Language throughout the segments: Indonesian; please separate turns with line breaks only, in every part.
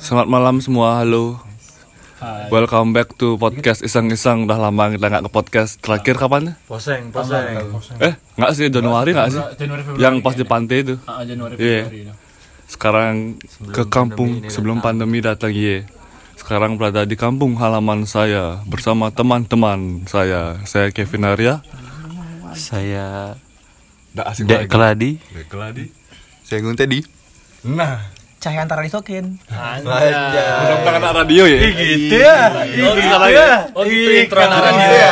Selamat malam semua, halo. Welcome back to podcast iseng-iseng. Udah lama kita nggak ke podcast.
Iya.
Terakhir kapan? ya?
Poseng, poseng.
Eh, nggak sih Januari nggak sih?
Januari Februari.
Yang pas di pantai itu.
Ah, Januari
Iya.
Februari. itu.
Sekarang ke kampung sebelum pandemi datang ye. Sekarang berada di kampung halaman saya bersama teman-teman saya. Saya Kevin Arya.
Saya
Nggak asik
Dek
lagi.
Keladi.
Dek Keladi.
Saya Gun Teddy.
Nah,
Cahaya antara lisokin.
udah pernah kena radio ya?
Gitu ya.
Oh, bisa lagi.
Oh, gitu intro anak radio ya.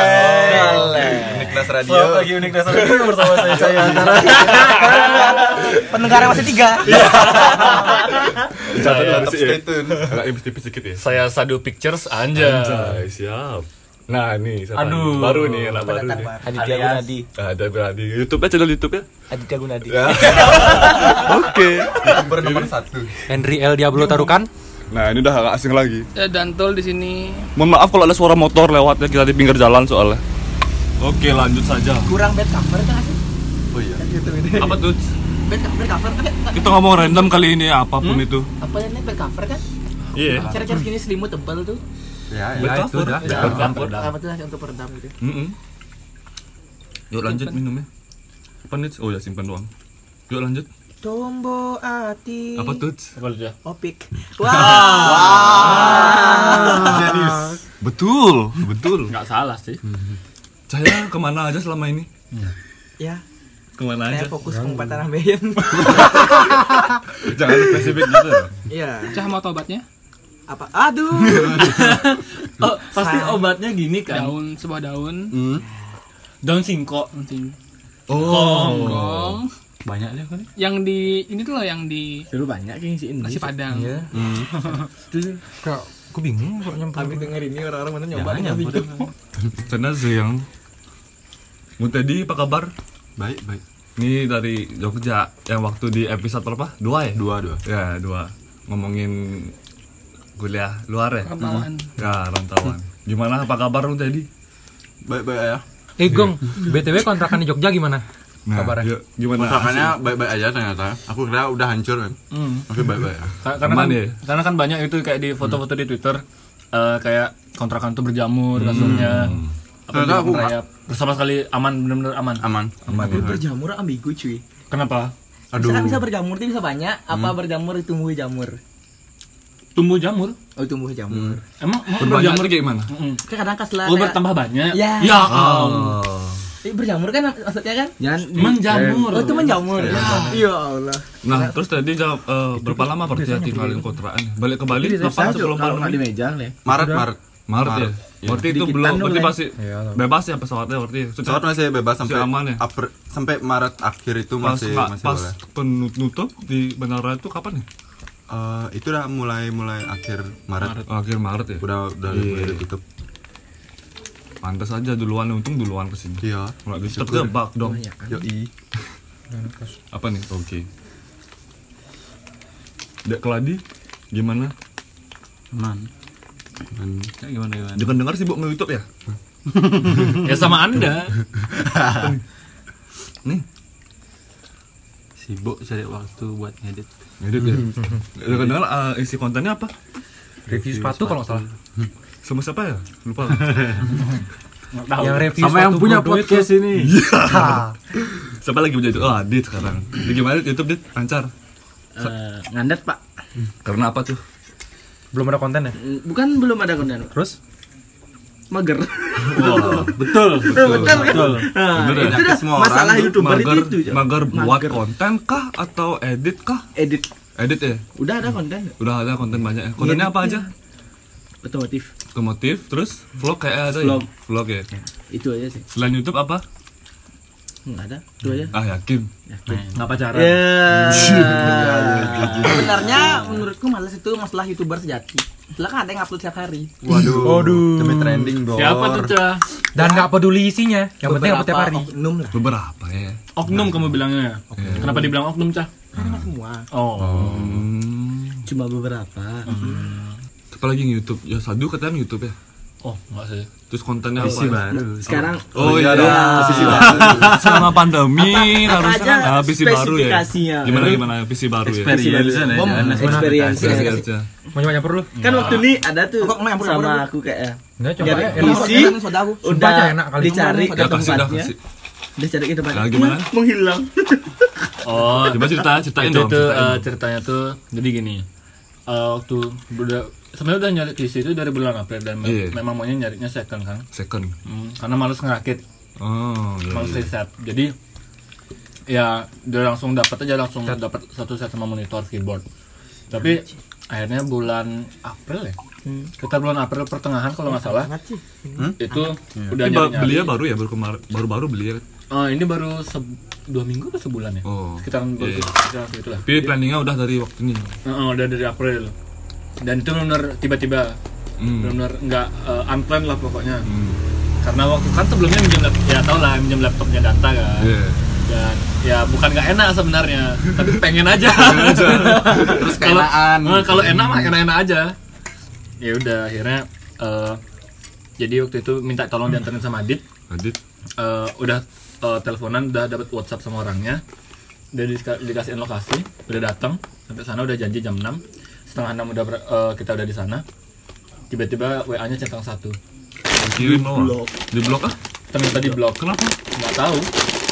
Uniklas Radio.
Lagi unik dasar bersama saya saya antara.
Pendengarnya masih tiga.
Catat
Tetap
harus ya.
stay tune.
Agak tipis sedikit ya.
Saya Sadu Pictures anjay.
Anjay, siap. Nah, ini siapa
Aduh.
nih? baru nih anak baru nih.
Pendatang
Aditya Gunadi.
Ada berani YouTube-nya channel YouTube-nya.
Aditya Gunadi.
ya? Oke.
Youtuber nomor satu.
Henry L Diablo Tarukan.
Nah, ini udah agak asing lagi.
Dantul di sini.
Mohon maaf kalau ada suara motor lewat ya, kita di pinggir jalan soalnya. Oke, lanjut saja.
Kurang bed cover kan sih?
Apa tuh?
Bed bed cover kan?
Kita ngomong random kali ini ya, apapun
Hmm?
itu.
Apa ini bed cover kan?
Iya.
Cara-cara gini selimut tebal tuh.
Ya, ya itu dah.
Apa tuh nasi untuk peredam gitu.
Yuk lanjut minumnya. Apa nih? Oh ya simpan doang. Yuk lanjut.
Tombo ati.
Apa tuh?
Apa aja?
Opik. Wah.
Betul, betul.
Enggak salah sih.
Saya kemana aja selama ini?
Ya,
Kemana
saya
aja?
fokus pengempatan ambeien.
Eh, Jangan spesifik gitu.
Iya.
Cah mau tobatnya?
Apa? Aduh.
Oh, pasti
Sa-
obatnya gini kan. Daun sebuah daun. Daun singkok.
Oh.
Banyak deh kali.
yang di ini tuh loh yang di
Dulu banyak yang sih ini.
nasi padang
Kok aku bingung kok nyemplung.
Habis denger ini orang-orang mana
Ya,
nyoba.
Banyak.
Sana siang. Mau tadi apa kabar?
Baik, baik.
Ini dari Jogja yang waktu di episode berapa? Dua ya?
Dua, dua.
Ya dua. Ngomongin kuliah luar ya.
pertawaan
Ya rantauan. Gimana apa kabar lu tadi?
Baik, baik ya.
Eh Gong, BTW kontrakan di Jogja gimana?
Nah,
Kabarnya?
yuk, gimana?
Kontrakannya baik-baik aja ternyata. Aku kira udah hancur kan. Tapi baik-baik. ya.
Ka- karena
Aman
kan,
ya?
karena kan banyak itu kayak di foto-foto di Twitter eh, kayak kontrakan tuh berjamur kasurnya apa
Ternyata aku
aku rayap bersama sekali aman benar-benar aman
Aman.
Aman ya?
Berjamur ambigu cuy.
kenapa
Aduh.
Misalkan bisa berjamur tuh bisa banyak, apa berjamur ditumbuhi jamur.
tumbuh jamur
Oh, tumbuh jamur.
emang emang
Berbanyak tuh kayak gimana?
Mm-mm.
Kan kadang kaslah.
oh bertambah banyak
Ya.
Ah.
ya ampun.
Eh, berjamur kan maksudnya kan?
menjamur
Oh, itu menjamur. Ya. Ya Allah.
Nah, terus tadi jawab, eh, berapa lama berarti tinggalin kontrakan? Balik ke Bali kapan sebelum pandemi?
meja nih.
Maret, Maret.
Maret ya.
Iya.
Berarti itu belum berarti masih bebas ya pesawatnya berarti.
Pesawat masih bebas sampai
aman ya?
April- sampai Maret akhir itu
pas
masih
nggak-
masih
pas
boleh.
penutup di bandara itu kapan ya?
Eh, itu udah mulai mulai akhir Maret.
Akhir Maret ya.
Udah udah
Iya.
mulai ditutup.
Pantas aja duluan untung duluan kesini.
Iya.
Mulai ditutup terjebak dong.
Yoi.
Apa nih? Oke. Dek Keladi gimana?
Aman.
Dan
Ya, Gimana gimana.
Dengar dengar sibuk nge-YouTube ya?
ya sama anda
Nih,
Sibuk cari waktu buat ngedit.
ngedit ya. Dengar dengar isi kontennya apa?
Review sepatu kalau nggak salah.
Sama siapa ya? Lupa.
Yang review
Sama yang punya podcast ini.
siapa lagi menjadi oh Adit sekarang. Jadi gimana YouTube Dit? Lancar.
Eh, ngandat pak
Karena apa tuh?
belum ada konten ya?
Mm, bukan belum ada konten Pak.
Terus?
mager
Betul.
betul kan Nah,
Bener ya?
itu dah
Semua orang
masalah
tuh
youtuber itu
Mager,
itu Cok.
mager buat
Mager.
konten kah atau edit kah?
edit
Edit ya.
udah ada konten
Udah ada konten banyak ya.
Iya,
Kontennya apa aja?
otomotif
Otomotif, terus vlog kayak ada ya?
Vlog. Iya.
Vlog ya.
itu aja sih
Selain YouTube apa?
nggak ada itu aja
Ah yakin.
Enggak pacaran.
Ya. Sebenarnya menurutku males itu masalah youtuber sejati. Soalnya kan ada yang upload setiap hari.
Waduh. Demi trending dong.
siapa tuh cah
Dan nggak peduli isinya. Yang penting upload tiap hari.
oknum lah.
Beberapa ya.
oknum kamu bilangnya ya kenapa dibilang oknum cah
Kan
Karena semua.
oh
Hmm.
cuma beberapa
Apalagi yang YouTube. Ya Sadu katanya yang YouTube ya.
oh nggak sih
Terus kontennya apa?
Isi baru.
Sekarang
Oh iya, ada sisi baru. Selama pandemi
Apa- apa
harusnya
aja
kan ada PC baru ya.
spesifikasinya?
Gimana gimana PC baru ya?
Iya.
Experience ya.
Bom,
Anas mana?
experience. gitu.
Experience-nya.
Macam-macam perlu.
kan waktu ini ada tuh
Oh, kok ngelempar,
sama
ngelempar.
aku kayak
Enggak coba
Nyari
ya.
Enak,
isi,
enak, enak, soda aku.
Sumpah aja
udah
enak kali.
dicari ke
Ya kasih dah
tempatnya,
kasih.
udah cari ke tempatnya,
Nah, gimana?
menghilang.
oh
Coba cerita, ceritain
itu
dong.
itu
ceritain.
eh, ceritanya tuh jadi gini eh, waktu udah sebenarnya udah nyari PC itu dari bulan April dan me-
Iya.
memang maunya nyarinya second kan
Second.
Hmm, karena males ngerakit
Oh, iya,
males
iya.
riset jadi ya udah langsung dapat aja langsung dapat satu set sama monitor keyboard tapi akhirnya bulan April ya sekitar bulan April pertengahan kalau nggak salah itu udah
Ini ba-
nyari
belinya baru ya baru kemarin baru-baru beli ya.
Oh, ini baru se- dua minggu atau sebulan ya
Oh.
sekitaran baru
Iya.
sekitaran segitu lah
Tapi planningnya udah dari waktu ini.
Heeh, udah dari April dan itu benar tiba-tiba benar nggak eh, unplanned lah pokoknya karena waktu kan sebelumnya minjem laptop ya tau lah minjem laptopnya Danta kan
Iya.
dan ya bukan nggak enak sebenarnya tapi pengen aja terus kalau
keenaan.
eh, kalau enak mah enak-enak aja ya udah akhirnya eh, jadi waktu itu minta tolong dianterin sama Adit
Adit.
eh, udah eh, teleponan udah dapat WhatsApp sama orangnya udah di- dikasihin lokasi udah datang sampai sana udah janji jam 6 setengah 6 udah ber- eh, kita udah di sana tiba-tiba WA nya centang satu
Kirim lo. Di blok ah?
ternyata di blok kenapa nggak tahu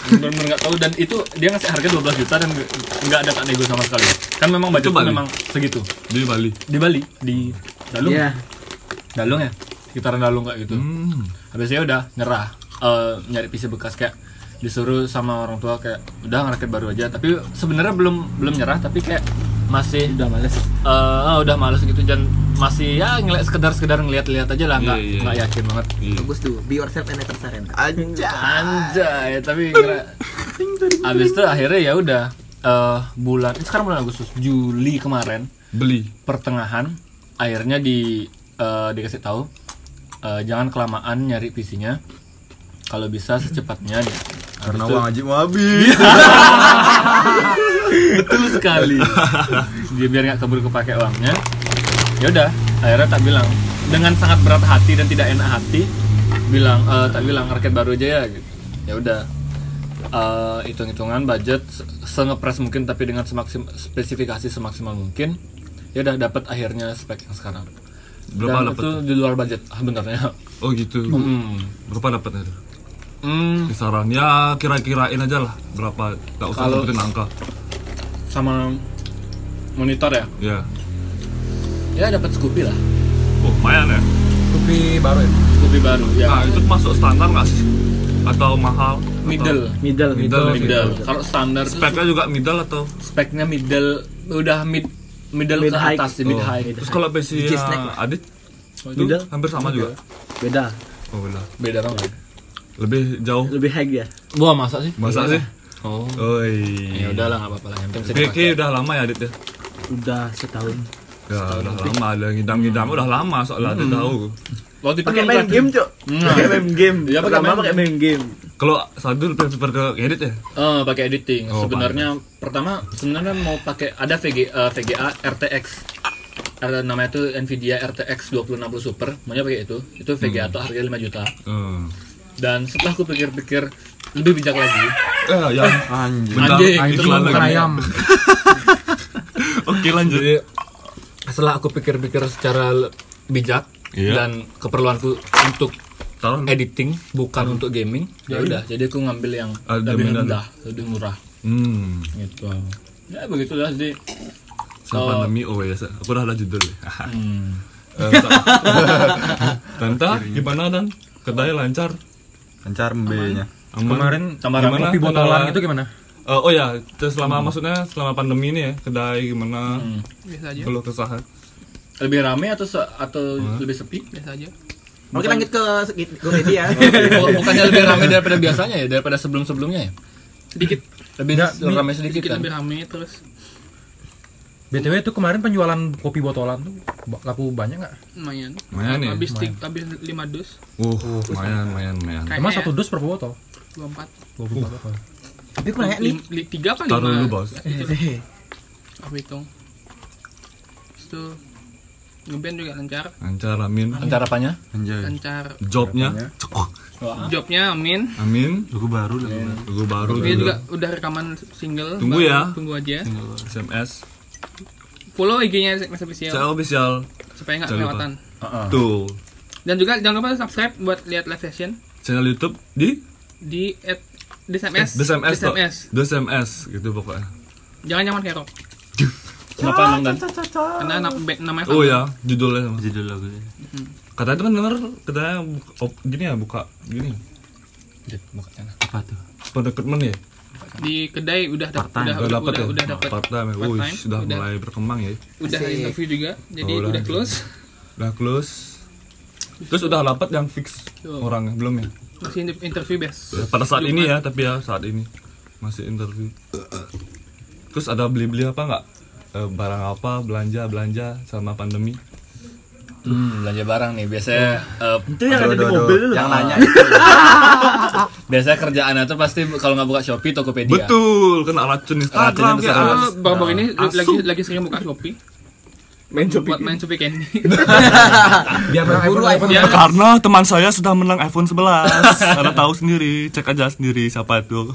benar-benar nggak tahu dan itu dia ngasih harga 12 juta dan nggak- nggak ada tak nego sama sekali kan memang budget
Bali.
memang segitu
Di Bali.
di Bali di Dalung
Iya.
Dalung ya sekitaran Dalung kayak gitu
Hmm.
habisnya udah nyerah eh, nyari PC bekas kayak disuruh sama orang tua kayak udah ngerakit baru aja tapi sebenarnya belum belum nyerah tapi kayak masih
Udah males.
eh, ah, udah males gitu dan masih ya ngeliat sekedar sekedar ngeliat-lihat aja lah nggak
Iya, iya,
nggak
iya.
yakin banget
Bagus tuh, be yourself and never surrender.
Ah,
anjay tapi kira- habis itu akhirnya ya udah eh, bulan sekarang bulan Agustus Juli kemarin
Beli.
pertengahan akhirnya di eh, dikasih tahu eh, jangan kelamaan nyari PC-nya kalau bisa secepatnya
Karena
Habis itu-
uang haji mau habis.
betul sekali dia biar nggak keburu kepake uangnya ya udah akhirnya tak bilang dengan sangat berat hati dan tidak enak hati bilang "Eh, tak bilang raket baru aja ya gitu ya udah Eh, hitung-hitungan budget se- sengepres mungkin tapi dengan semaksim spesifikasi semaksimal mungkin ya udah dapat akhirnya spek yang sekarang
Berapa
Dan
dapat?
itu di luar budget ah, benernya
Oh gitu.
hmm.
Berapa dapatnya? tuh?
Hmm,
Kisaran ya kira-kirain aja lah berapa. Gak usah
Kalau-
sebutin angka.
sama monitor ya
Ya.
ya dapat Scoopy lah
Oh, lumayan ya.
Kopi baru ya.
Scoopy baru ya
Nah, itu masuk standar nggak sih? Atau mahal?
middle
Middle,
Middle.
middle.
middle kalau standar
Atau
tuh
speknya juga middle atau?
speknya middle udah mid middle
Mid
ke
high.
atas sih mid
Oh.
high
Terus kalau PC
Which is snack lah.
Adit?
Oh,
Itu
Middle.
hampir sama juga.
Beda,
Oh, beda.
beda banget
Lebih jauh.
lebih high ya.
gua masa sih
Masa sih?
oh
Oi.
ya udahlah nggak apa-apa lah yang penting bisa
Oke,
dipakai.
udah lama ya Adit ya?
Udah setahun.
Ya, udah lama ada ngidam-ngidam udah lama soalnya Adit tahu.
waktu itu
Pakai
kan
main
berarti-
game, Cok.
Hmm.
Pakai main game.
Iya, pakai
Pertama
main
pakai main game.
Kalau Sadul prefer ke edit ya?
Eh, pakai editing
Oh,
sebenarnya pertama sebenarnya mau pakai ada VG, eh, VGA RTX ada namanya itu Nvidia RTX 2060 Super maunya pakai itu itu VGA tuh harganya 5 juta
Hmm.
dan setelah aku pikir-pikir lebih bijak lagi
Eh, yang
Anjir.
bentar
Anjing, itu
iklan
bukan
lagi.
Ayam.
Oke, lanjut.
Jadi setelah aku pikir-pikir secara le- bijak
Iya.
dan keperluanku untuk
Taruh
editing bukan untuk gaming, ya udah. Jadi aku ngambil yang
Ah,
lebih
gaming
rendah, lebih murah
Hmm.
gitu. Ya begitulah jadi
Sama
Oh.
pandemi oh ya, sa- aku udah ada judul. Eh, Tanta, gimana dan? Kedai lancar?
Lancar
ya.
mbe-nya.
Aman?
Kemarin
Tamaran
gimana?
kopi botolan
Tamaran.
itu gimana?
Eh, oh ya, terus selama maksudnya selama pandemi ini ya, kedai gimana?
biasa aja
Kalau kesahan.
lebih rame atau se- atau lebih sepi?
biasa aja
Oke lanjut ke ke Reddy ya.
Bu- Bukannya lebih rame daripada biasanya ya, daripada sebelum-sebelumnya ya?
sedikit
Lebih rame sedikit
sedikit
kan?
lebih rame terus
BTW itu kemarin penjualan kopi botolan tuh ba- laku banyak nggak?
lumayan
Lumayan ya?
habis tik habis lima dus
Uh, lumayan, lumayan, lumayan.
kayaknya
Cuma satu dus per botol.
dua empat
Dua puluh botol.
Tapi aku nanya nih,
Lim- li- tiga apa lima
Taruh dulu, Bos.
Itu. aku hitung Terus itu ngeband juga lancar
lancar amin
Antarapannya?
Eh.
Anjay.
lancar
jobnya cekuk,
jobnya amin
amin
Lagu baru lagu baru.
lagu baru
dia juga udah rekaman single
Tunggu
baru,
ya.
tunggu aja
SMS
follow IG-nya Mas Official
saya official
supaya nggak
Jangan lupa.
kelewatan
tuh
dan juga jangan lupa subscribe buat lihat live session
channel YouTube di
di at di SMS
The SMS
Di
toh. The SMS gitu pokoknya
jangan nyaman kerok
Kenapa emang dan?
karena na- be- namanya
oh ya judulnya sama
Judul lagunya.
katanya itu kan denger katanya buka, op- gini ya buka gini
Apa tuh?
pendekatmen ya
di kedai udah dapat
Part-time.
udah
udah
udah
dapat ya
udah, udah dapat
part time ya Wih,
Part-time,
sudah
udah.
mulai berkembang ya
udah interview juga jadi
Oh, udah.
udah close
udah close terus udah dapat yang fix
Tuh.
orangnya belum ya
masih inter- interview best
pada saat ini ya tapi ya saat ini masih interview terus ada beli beli apa nggak Eh, barang apa belanja belanja sama pandemi
Hmm, belanja barang nih. Biasanya eh,
Itu yang ada di
Aduh, aduh,
mobil
aduh.
loh.
Yang nanya itu.
biasanya kerjaannya tuh pasti kalau nggak buka Shopee, Tokopedia.
betul kena racun Instagram
Iya. Racunnya
ya
besar.
Ah.
Kalau baru-baru Eh, ini
Nah,
lagi
asu.
lagi sering buka Shopee
Main
buat
shopping.
main Shopee Candy.
Biar menang
Buru
iPhone,
iPhone.
Ya,
karena teman saya sudah menang iPhone 11 Anda tahu sendiri, cek aja sendiri siapa itu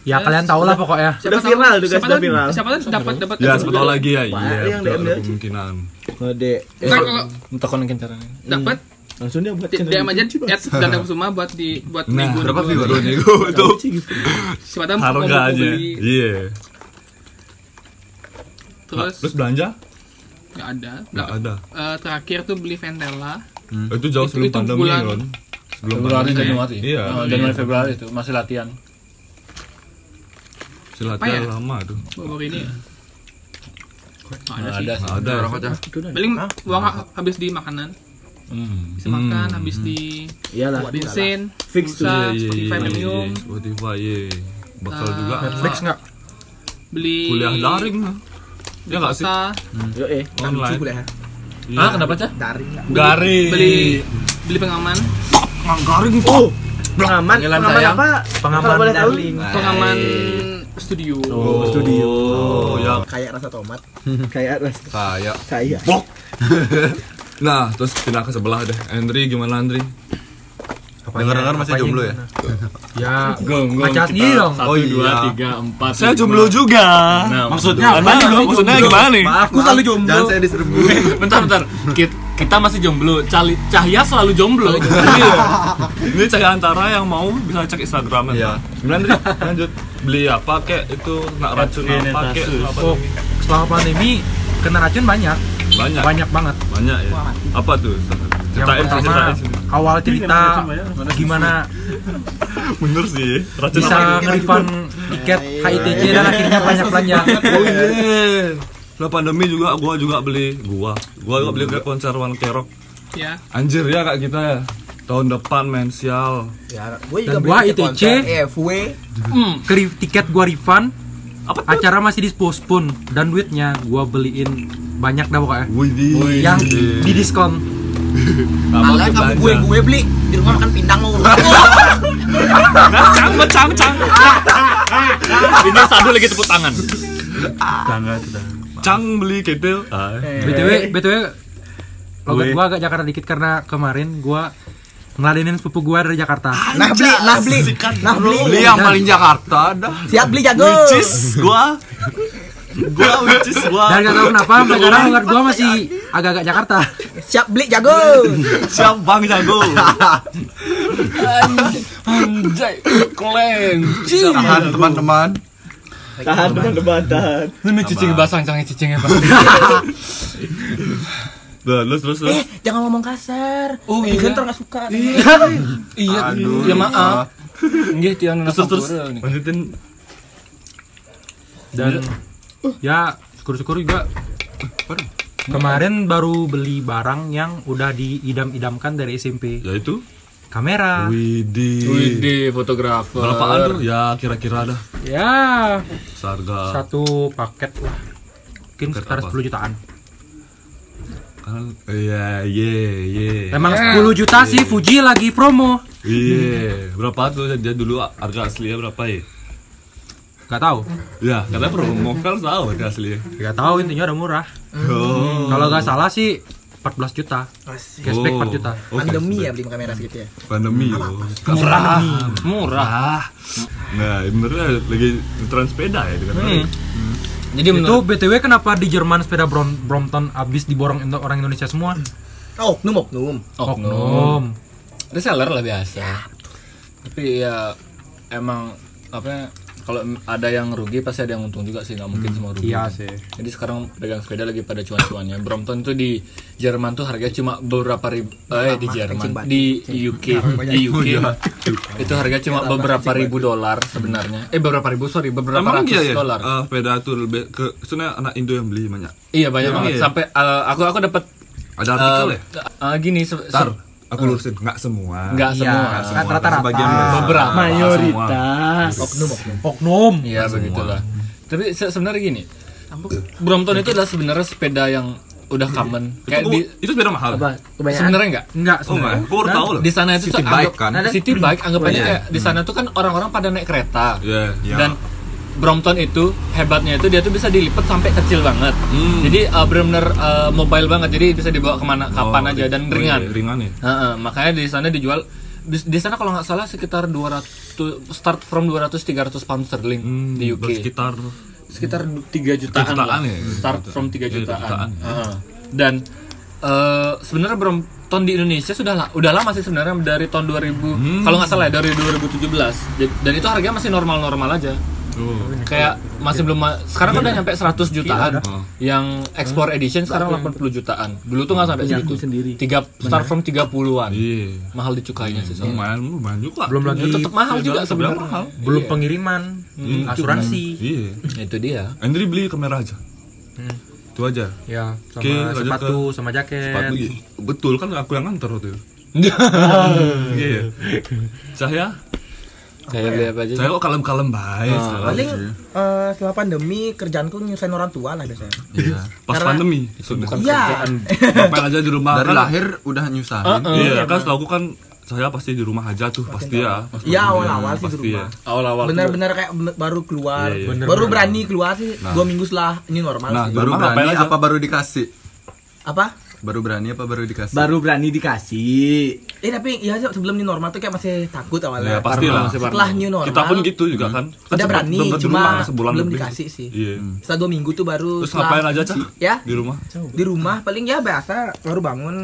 Ya kalian tau lah pokoknya.
siapa
Udah
tahu-
viral juga,
siapa
sudah
tahu-
viral.
Siapa tahu dapat dapat.
Ya, siapa tahu lagi ya
Wah,
Iya,
yang
betul,
DM
ada
aja.
kemungkinan
Ngode.
Ntar kalau
Entah kau naikin caranya.
dapat
Langsung dia buat
di-
channel
DM aja
YouTube, Pak.
ads dan aku semua buat di buat
Nah,
minggu
berapa
depan. Iya.
viewer nego itu
Siapa tahu mau-
harga
mau
aja
beli.
Iya Nah,
Terus
Terus belanja?
nggak ada.
Nggak
Nah,
ada
eh, terakhir tuh beli Ventela.
Itu jauh
Itu-
sebelum
itu
pandemi
bulan-
Ron Sebelum
Februari
pandemi.
Januari.
Iya.
Oh, Januari Februari itu masih latihan.
Silatnya
Apa ya?
lama tuh
Baru ini. ya. Nggak ada
Nggak
sih.
ada
Nah.
sih. Iya.
Nggak ada
Orang aja.
Paling uang ha- habis di makanan. Habis di makan,
Hmm.
habis di
Iyalah.
bensin,
Fix tuh.
pulsa,
Iya, iya,
Spotify
iya,
Premium,
iya. Spotify, iya Bakal
Nah,
juga
Netflix nggak?
beli
kuliah daring lah Ya nggak sih?
pulsa,
Yo eh.
Online
Cukup deh.
Iya.
Ah, kenapa cah?
Daring nggak?
Garing
beli beli pengaman,
Garing tuh
Pengaman,
Panggilan
pengaman
sayang.
apa?
Pengaman
Kalau boleh tahu.
darling.
pengaman studio.
Oh, studio. Oh, ya.
Kayak rasa tomat.
Kayak ras
Kayak
saya.
bok. nah, terus pindah ke sebelah deh. Andri gimana Andri?
Dengar-dengar masih
Apanya
jomblo ya? Nah,
Ya,
Gong, gong,
pacar sendiri dong.
Satu,
iya.
dua, tiga, empat.
Saya
lima,
jomblo juga. Nah,
enam.
Maksudnya gimana? Maksudnya gimana
Eh,
nih?
Aku selalu jomblo.
Jangan saya diserbu.
bentar, bentar. Kit- Kita masih jomblo. Cali- Cahya selalu jomblo.
Iya. Ini cari antara yang mau bisa cek
Iya.
Instagram ya. Gimana Andri? Lanjut. Beli apa kek itu nak racun
Kevin
apa kek
Etasus.
apa
Oh, selama pandemi kena racun banyak,
banyak.
banyak banget.
Banyak ya. Apa tuh?
Yang
Ceritain
pertama
ceritain.
awal cerita
Ini kena racun banyak.
gimana
Bener sih. Racun apa?
bisa refund tiket HITC dan akhirnya banyak belanja.
Oh iya. Lah pandemi juga gua juga beli gua. Gua juga beli ke konser One Kerok.
Ya,
Anjir ya kak kita ya. Tahun depan mensial.
Ya, gue
Dan gua
beli Iya, tiket
ITC.
konser, EFW.
hmm,
Ke tiket gua refund, acara masih dipospon dan duitnya gua beliin banyak dah pokoknya.
Widih.
Yang di diskon.
Malah kamu gue gue beli di rumah makan pindang lu.
cang cang cang.
Ini sadu lagi tepuk tangan.
Tangga tetangga.
Cang beli ketel.
Iya.
BTW, BTW logat gua agak Jakarta dikit karena kemarin gua ngeladenin sepupu gua dari Jakarta.
Nah beli, nah beli, nah beli.
yang paling Jakarta dah.
Siap beli jago.
Cis gua. Gua ucis
Dan
gua.
gak tau kenapa, sampai sekarang logat gua masih agak-agak Jakarta
Siap beli jago.
Siap bang jago.
Anjay, kleng.
Tahan teman-teman.
Tahan teman-teman, tahan.
Ini cicing basang, canggih cicingnya bang.
Nah, Terus terus terus.
Eh, jangan ngomong kasar. Oh,
iya.
Gentor nggak suka.
Iya,
Aduh.
ya maaf. Nggih, tiang
Terus terus terus. Lanjutin.
Dan ya syukur-syukur juga Kemarin baru beli barang yang udah diidam-idamkan dari SMP
Ya itu.
Kamera
Widih.
Widih, fotografer.
Berapaan tuh? Ya kira-kira ada.
Ya
Seharga.
satu paket lah Mungkin
Paket
sekitar
apa?
10 jutaan
Kan- Iya iya iya.
Ya.
Emang 10 juta sih Fuji lagi promo
Iya, berapa tuh dia dulu harga aslinya berapa ya?
Gak tahu,
Ya, katanya promo kan tahu harga aslinya.
gak tahu intinya udah murah
Oh.
Kalau gak salah sih 14 juta
Asik.
cashback
Oh.
4 juta
Oh,
Pandemi ya beli kamera segitu ya.
pandemi yo.
oh.
Ah,
murah murah
Ah.
Nah, bener lagi ngetren sepeda ya di
Hmm.
kan.
jadi
itu
menurut
btw kenapa di Jerman sepeda Brom- Brompton abis diborong Indo- orang Indonesia semua
Oh, oknum oknum.
oknum
oknum
reseller lah biasa
Ya,
tapi ya emang apa ya, kalau ada yang rugi pasti ada yang untung juga sih nggak
Hmm,
mungkin semua rugi
iya sih
Jadi sekarang pedagang sepeda lagi pada cuan-cuannya. Brompton tuh di Jerman tuh harga cuma beberapa ribu eh di Jerman di UK
Iya,
di UK itu harga cuma beberapa ribu dolar sebenarnya. Eh beberapa ribu sorry beberapa
Emang
ratus
iya ya,
dolar.
eh, sepeda tuh lebih ke, sebenarnya anak Indo yang beli banyak.
iya banyak banget
iya.
sampai eh, aku aku dapat
Ada artikel ya?
gini se- Eh, se- eh.
Ntar, aku lurusin, nggak semua.
nggak
Iya,
semua.
Nggak
Eh,
semua, ada
rata-rata.
sebagian besar.
Beberapa.
Mayoritas.
oknum
Iya begitulah. Tapi se- sebenarnya gini, Brompton itu adalah sebenarnya sepeda yang udah common
Iya.
kayak
Itu,
di
itu sepeda mahal.
Apa? Kebanyakan.
sebenarnya nggak
enggak
Oh enggak,
sebenarnya
aku baru tahu loh.
di sana itu
City
tuh
bike
anggap-
kan?
city bike anggapannya kayak di sana tuh kan orang-orang pada naik kereta
Iya, iya.
dan Brompton itu hebatnya itu dia tuh bisa dilipat sampai kecil banget
Hmm.
jadi uh, benar-benar uh, mobile banget jadi bisa dibawa kemana kapan aja dan
Oh, iya,
ringan
Ringan ya.
Heeh, makanya di sana dijual di, di sana kalau nggak salah sekitar 200 start from 200 300 pound sterling
Hmm,
di UK
Sekitar
sekitar 3 jutaan,
Tiga jutaan
lah.
ya?
start from 3
Iya, tiga
jutaan,
jutaan.
Heeh. dan eh, sebenarnya Brompton di Indonesia sudah la- udah lama sih sebenarnya dari tahun 2000
Hmm.
kalau nggak salah ya dari 2017 Jadi- dan itu harganya masih normal-normal aja
Oh,
kayak masih belum ma- sekarang
Iya,
udah nyampe 100 jutaan yang ekspor edition
Iya.
sekarang 80 jutaan dulu tuh nggak sampai segitu
sendiri.
tiga start from 30-an
Iya.
mahal dicukainya sih soalnya
Lumayan, lumayan juga.
belum lagi
tetap
Iya,
mahal juga sebenarnya mahal
belum pengiriman asuransi
Iya.
itu dia
Andri beli kamera aja.
Hmm.
Itu aja.
ya sama
Oke, lanjut
sepatu sama jaket
Sepatu iya. betul kan aku yang nganter waktu itu. Iya. Cahya,
saya beli apa aja
saya kok kalem-kalem baik. sekarang.
Ah. Paling eh, setelah pandemi kerjaanku nyusahin orang tua lah biasanya.
Iya. Pas
Karena-
pandemi. Bukan
Iya.
Ngapain aja di
Ah,
rumah
Dari
kan?
lahir udah nyusahin.
Iya, kan setahu aku kan saya pasti di rumah aja tuh, pasti ya. Pasti
Iya,
ya.
awal-awal sih di
Pasti
rumah.
ya.
awal-awal tuh-
Benar-benar kayak bener- baru keluar,
Iya, iya.
baru berani keluar sih dua minggu setelah ini normal
Nah,
sih.
Baru
Emang ngapain
berani
aja?
apa baru dikasih?
Apa?
Baru berani apa baru dikasih?
Baru berani dikasih.
Eh tapi ya sebelum new normal tuh kayak masih takut
Ya
awalnya.
Iya,
pasti lah.
setelah new normal. Hmm.
Kita pun gitu juga kan. Kan
Udah
sempat
berani,
belum ke
cuma
rumah, sebulan
belum
lebih.
dikasih sih. Hmm.
Iya.
Setelah dua minggu tuh baru
Terus
setelah-
ngapain aja cah?
Ya,
Di rumah.
di rumah paling ya biasa baru bangun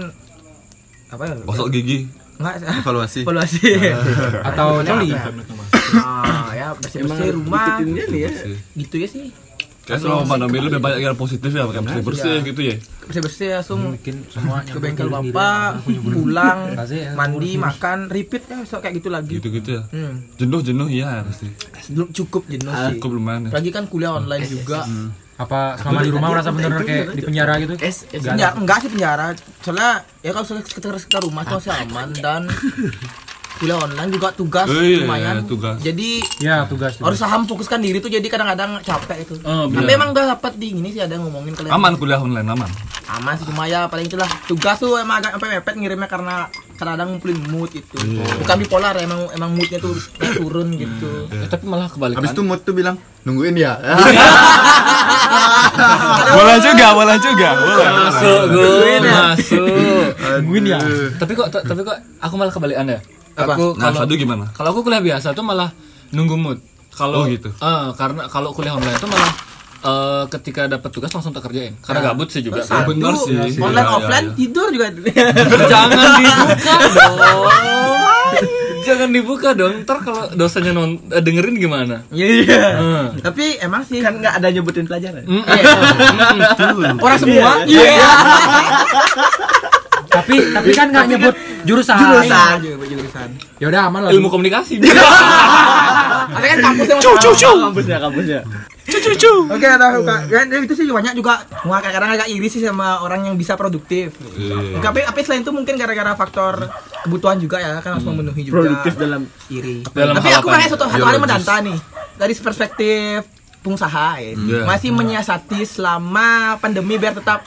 apa ya?
Gosok gigi.
Enggak,
Evaluasi.
evaluasi.
Ah.
atau coli
Ah, ya bersih-bersih rumah.
Ini nih ya.
Gitu ya sih.
Kayak selama pandemi lebih banyak yang positif ya, pakai bersih bersih
Iya.
gitu ya.
Bersih-bersih langsung
mungkin semua
ke bengkel bapak, pulang, mandi, makan, repeat ya besok kayak gitu lagi.
Gitu gitu ya.
Hmm,
Jenuh jenuh ya pasti.
belum cukup jenuh sih.
Cukup lumayan. ya.
Lagi kan kuliah online juga.
Hmm.
apa selama di rumah merasa bener kayak di penjara gitu
Penjara, enggak sih penjara. Soalnya ya kalau sudah sekitar sekitar rumah tuh masih aman dan kuliah online juga tugas
Oh, iya,
lumayan.
iya, tugas.
Jadi
ya tugas
harus saham fokuskan diri tuh jadi kadang-kadang capek itu.
Oh,
Tapi emang udah dapat di gini sih ada ngomongin kalian.
Aman kuliah online aman.
Aman sih cuma ya paling itulah tugas tuh emang agak sampai mepet ngirimnya karena kadang ngumpulin mood gitu.
Iya.
Bukan bipolar ya, emang emang moodnya tuh naik turun gitu.
Eh, tapi malah kebalikan
Habis itu mood tuh bilang nungguin ya.
Boleh juga, boleh juga. Boleh.
Nah,
masuk gue masuk ya tapi kok ta- tapi kok aku malah kebalikan ya aku
Nah,
kalau
satu gimana?
kalau aku kuliah biasa tuh malah nunggu mood kalau
Oh, gitu.
Eh, karena kalau kuliah online tuh malah eh, ketika dapat tugas langsung tak kerjain karena gabut sih juga
Nah,
Satu,
bener sih. Iya,
Online
iya,
offline
iya.
tidur juga.
jangan dibuka dong jangan dibuka dong ntar kalau dosennya non eh, dengerin gimana
Iya iya.
Eh.
Tapi emang sih
Kan nggak ada nyebutin pelajaran.
Mm, eh,
Iya. orang semua Iya.
tapi tapi kan nggak nyebut jurusan
jurusan jurusan.
ya udah aman lah
ilmu komunikasi
Tapi kan kampusnya masih
Kampusnya, kampusnya.
Oke, ada Kak. Ya, ya, itu sih banyak juga. Wah, kadang-kadang agak iri sih sama orang yang bisa produktif.
iya,
Tapi tapi selain itu mungkin gara-gara faktor kebutuhan juga ya, kan harus memenuhi juga.
Produktif dalam
iri.
Dalam
tapi
hal
aku
apa
kayak
nih?
satu satu hari mendata nih dari perspektif pengusaha ya. Masih menyiasati selama pandemi biar tetap